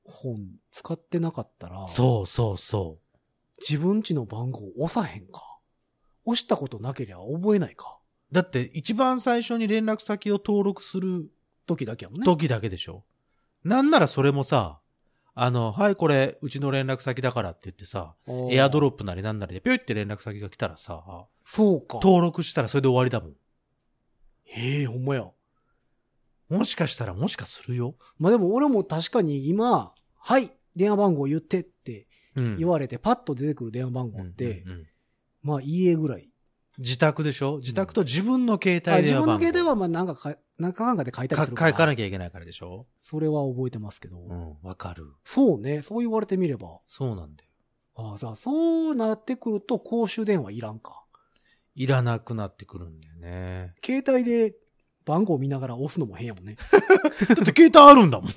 S2: 本使ってなかったら、
S3: そうそうそ
S2: 自分家の番号押さへんか。押したことなけりゃ覚えないか。
S3: う。だって一番最初に連絡先を登録する
S2: 時だけやもんね。
S3: 時だけでしょ。なんならそれもさ、あの、はい、これ、うちの連絡先だからって言ってさ、エアド
S2: ロ
S3: ロップなりなんなりでぴょいって連絡先が来たらさ、
S2: そうか。
S3: 登録したらそれで終わりだも
S2: ええほんまや。
S3: ん。もしかしたらもしかするよ。
S2: まあでも俺も確かに今、はい、電話番号言ってって
S3: うん
S2: 言われて、パッと出てくる電話番号って、
S3: うんうんうん
S2: まあ家ぐらい。
S3: 自宅でしょ自宅と自分の携
S2: あ
S3: 帯
S2: 自
S3: 電話
S2: 分の
S3: 番号。
S2: 携帯はまあなんかか、なんかかんかで書いたり
S3: か
S2: するから。
S3: 書かなきゃいけないからでしょ
S2: それは覚えてますけど。
S3: うん、わかる。
S2: そうね。そう言われてみれば。
S3: そうなんだよ。
S2: ああ、じゃあ、そうなってくると公衆電話いらんか。
S3: いらなくなってくるんだ よね。
S2: 携帯で番号見ながら押すのも変やもんね。
S3: だって携帯あるんだもん。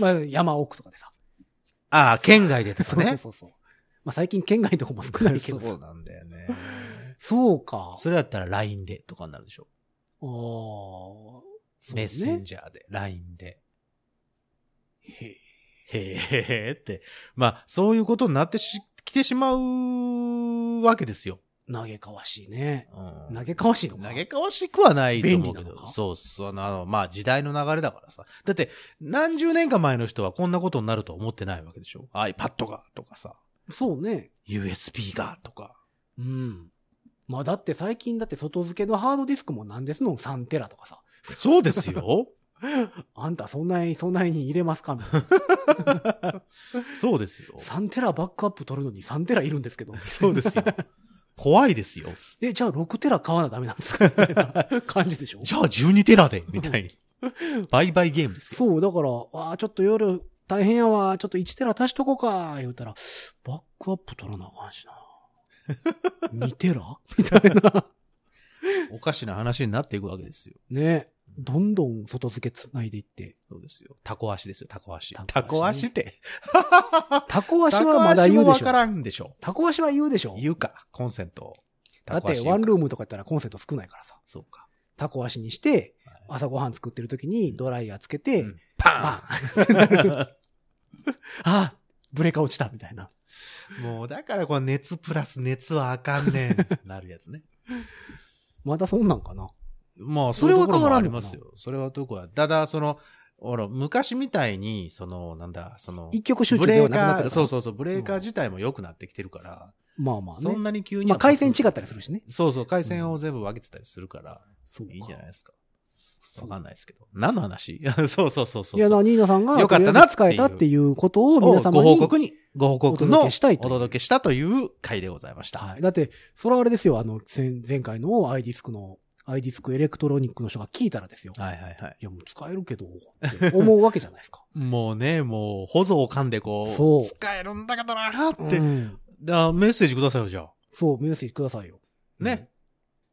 S2: まあ、山奥とかでさ。
S3: ああ、県外でとか
S2: そうそう
S3: ね。
S2: そうそう。まあ最近県外の方も少ないけどさ
S3: そうなんだよね。
S2: そうか。
S3: それやったら LINE でとかになるでしょ。
S2: ああ。そう
S3: メッセン
S2: ね。
S3: ジャーで、LINE で。
S2: へえ
S3: へえって。まあ、そういうことになってし、来てしまうわけですよ。
S2: 嘆かわしいね。
S3: うん
S2: 嘆かわしいのか。
S3: 投げかわしくはないと思うけ
S2: 便利なの
S3: ど。
S2: か
S3: そうそう。あの、まあ時代の流れだからさ。だって、何十年か前の人はこんなことになるとは思ってないわけでしょ ?iPad がとかさ、
S2: そうね。
S3: USB がとか。
S2: うん。まあだって最近だって外付けのハードディスクもなんですのん3テラとかさ。
S3: そうです よ。
S2: あんたそんなに、そんなに入れますかみたいな
S3: そうですよ。
S2: 3テラバックアップ取るのに3テラいるんですけど。
S3: そうですよ。怖いですよ。
S2: え、じゃあ6テラ買わなダメなんですかみたいな感じでしょ
S3: じゃあ12テラで、みたいに。バイバイゲームですよ。
S2: そう、だから、ああ、ちょっと夜大変やわ、ちょっと1テラ足しとこうか、言うたら、バックアップ取らなあかんしな。2テラみたいな。
S3: おかしな話になっていくわけですよ。
S2: ね。どんどん外付けつないでいって。
S3: そうですよ。タコ足ですよ、タコ足。タ
S2: タ
S3: コ
S2: コ
S3: 足
S2: 足
S3: って。
S2: タコ
S3: タ
S2: 足
S3: コ
S2: はまだ
S3: 足
S2: 言
S3: も
S2: うで
S3: わ
S2: しょ
S3: か。らんでしょ。
S2: タコ足は言うでしょ。
S3: 言うか、コンセントを。
S2: だ
S3: タ
S2: っ
S3: コ足
S2: て
S3: 言うか
S2: ワンルームとかやったらコンセント少ないからさ。
S3: そうか。
S2: タコ足にして
S3: はい、
S2: 朝ごはん作ってる時にドライヤーつけて、
S3: うんパ
S2: バ
S3: ン
S2: ンあブレーカー落ちたみたいな。
S3: もうだからこの熱プラス熱はあかんねん。 なるやつね。
S2: まだそんなんかな。
S3: まあ、
S2: それは変わらん
S3: そういうところもあり
S2: のか
S3: ま
S2: な
S3: すよ。それはどこは。ただ、その、ほら、昔みたいに、その、なんだ、その、
S2: 一曲集
S3: ブ
S2: 中で
S3: レー
S2: はなくなっ
S3: カ
S2: たか
S3: ー、
S2: ら。
S3: そうそうそう、ブレーカー自体も良くなってきてるから、
S2: まあまあ
S3: そん
S2: ね。
S3: なに急に
S2: ま
S3: は
S2: あ
S3: パ
S2: 回
S3: ス。
S2: 線違ったりするしね。
S3: そうそう、回線を全部分けてたりするから、
S2: そうか。
S3: いいじゃない
S2: い
S3: ですか。わかんないですけど。何の話 そうそうそうそう。
S2: や、だからニーナさんが、
S3: よかった
S2: とり
S3: な
S2: あえず使えたっていうことを皆
S3: を
S2: 様
S3: ご
S2: に。
S3: 報告に、ご報告の
S2: お届けしたい
S3: お
S2: と
S3: 届けしたという回でございました。
S2: はい。だって、それはあれですよ、あの、前前回の i ディスクの、i ディスクエレクトロニックの人が聞いたらですよ。
S3: はいはいはい。
S2: いや、もう使えるけど、って思うわけじゃないですか。
S3: もうね、もう、ほぞを噛んでこう、
S2: そう
S3: 使えるんだけどなーって、
S2: うん
S3: だメッセージくださいよ、じゃあ。
S2: そう、メッセージくださいよ。
S3: ね。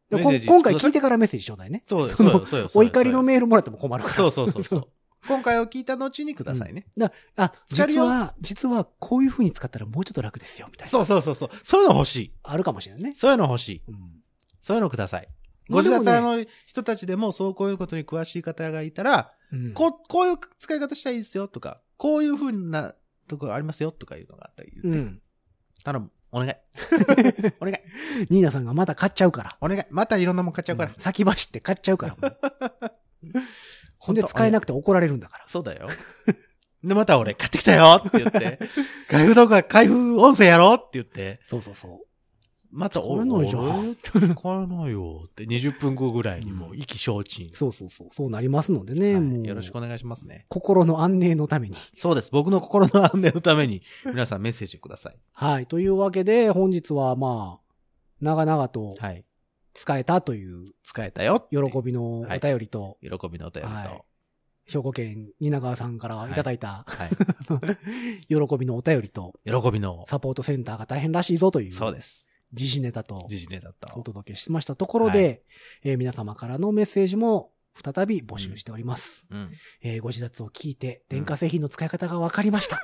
S2: で
S3: メッ
S2: こ
S3: セー
S2: ん
S3: ジ
S2: 今回聞いてからメッセージちょうだいね。
S3: そうよ、そ
S2: そうの
S3: よ、そうよ。
S2: お怒りの
S3: メ
S2: メールもらっても困るから。
S3: そうそうそう そう。今回を聞いた後にくださいね。
S2: あ、
S3: 疲
S2: 実
S3: れよ
S2: は、実はこういう風に使ったらもうちょっと楽ですよ、みたいな。
S3: そうそうそうそう。そういうの欲しい。
S2: あるかもしれないね。
S3: そういうの欲しい。
S2: うん。
S3: そういうのください。
S2: ま
S3: ご
S2: あ
S3: 自
S2: でも
S3: 宅
S2: ね
S3: の人たちでも、そうこういうことに詳しい方がいたら、
S2: うん
S3: こう、こういう使い方したらいいですよとか、こういうふうなところありますよとかいうのがあったり言
S2: う
S3: って、
S2: ん。
S3: 頼む。お願い。お願い。
S2: ニーナさんがまだ買っちゃうから。
S3: お願い。またいろんなもん買っちゃうから。
S2: うん先走って買っちゃうからも う。ほんで
S3: ほんと
S2: 使えなくて怒られるんだから。
S3: そうだよ。 で、また俺買ってきたよって 言って、開封動画、開封音声やろうって言って、
S2: そうそうそう。
S3: また
S2: これのじゃ
S3: お
S2: ん。
S3: 使えないよって20分後ぐらいにもう意気消沈。
S2: そうそうそう。そうなりますのでね、
S3: はい
S2: もう。
S3: よろしくお願いしますね。
S2: 心の安寧のために。
S3: そうです。僕の心の安寧のた めに、皆さんメッセージください。
S2: はい。というわけで、本日はまあ、長々と
S3: はい。
S2: 使えたという
S3: 使えたよ。
S2: 喜びのお便りと、
S3: 喜びのお便りと。
S2: は
S3: はいい。
S2: 兵庫県蜷川さんからいただいた、喜びのお便りと、
S3: 喜 びの、
S2: サポートセンターが大変らしいぞという、
S3: そうです。
S2: 時事ネタと
S3: 時事ネタと。
S2: お届けしましたところで、えー皆様からのメッセージも再び募集しております。
S3: うん。
S2: えーご自立を聞いて、電化製品の使い方が分かりま した。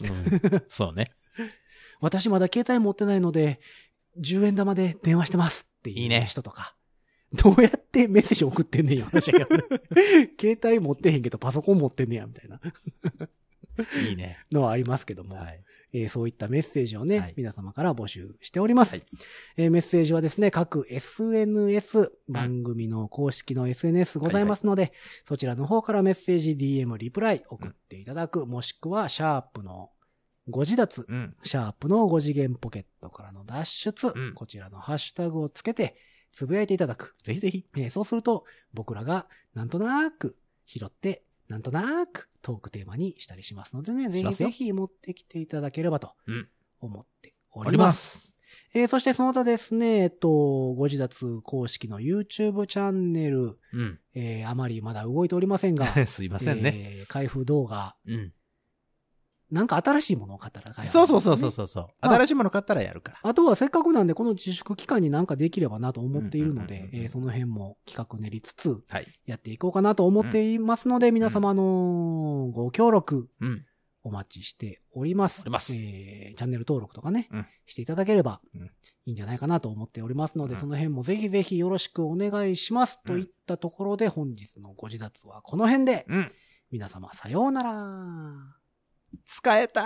S3: うん そうね。
S2: 私まだ携帯持ってないので、10円玉で電話してますって
S3: いい
S2: い
S3: ね
S2: う人とか。どうやってメッセージ送ってんねんよ、話 やけどね携帯持ってへんけどパソコン持ってんねや、みたいない
S3: いね。
S2: のはありますけども、
S3: はい。
S2: えーそういったメッセージをね、
S3: はい
S2: 皆様から募集しております、
S3: はい
S2: えーメッセージはですね、各 SNS、番組の公式の SNS ございますので、そちらの方からメッセージ、DM、リプライ送っていただく、もしくは、シャープのご自立
S3: うん。
S2: シャープの5次元ポケットからの脱出、
S3: うん
S2: こちらのハッシュタグをつけて、つぶやいていただく。
S3: ぜひぜひ。
S2: えーそうすると、僕らがなんとなく拾って、なんとなくトークテーマにしたりしますのでね、ぜ
S3: しま
S2: ひ
S3: すよ
S2: ぜひ持ってきていただければと
S3: うん
S2: 思ってお
S3: お
S2: り
S3: り
S2: ま。
S3: ますす。
S2: えーそしてその他ですね、えっと、ご自立公式の YouTube チャンネル、
S3: うん。
S2: えーあまりまだ動いておりませんが、
S3: すいませんね。
S2: えー開封動画、
S3: うん。
S2: なんか新しいものを買ったら買えます
S3: そ
S2: ね
S3: うそうそうそうそうそう。
S2: まあ
S3: 新しいもの買ったらやるから。
S2: あとはせっかくなんで、この自粛期間になんかできればなと思っているの
S3: うんうん
S2: で
S3: う、んうん
S2: えーその辺も企画練りつつ、
S3: はい。
S2: やっていこうかなと思っていますので、皆様のご協力、
S3: うん。
S2: お待ちしております。
S3: おります
S2: えーチャンネル登録とかね、
S3: うん
S2: していただければ
S3: うん
S2: いいんじゃないかなと思っておりますので、
S3: うん
S2: その辺もぜひぜひよろしくお願いします。
S3: うん
S2: といったところで本日のご自殺はこの辺で、
S3: うん。
S2: 皆様さようなら。
S3: 使えたー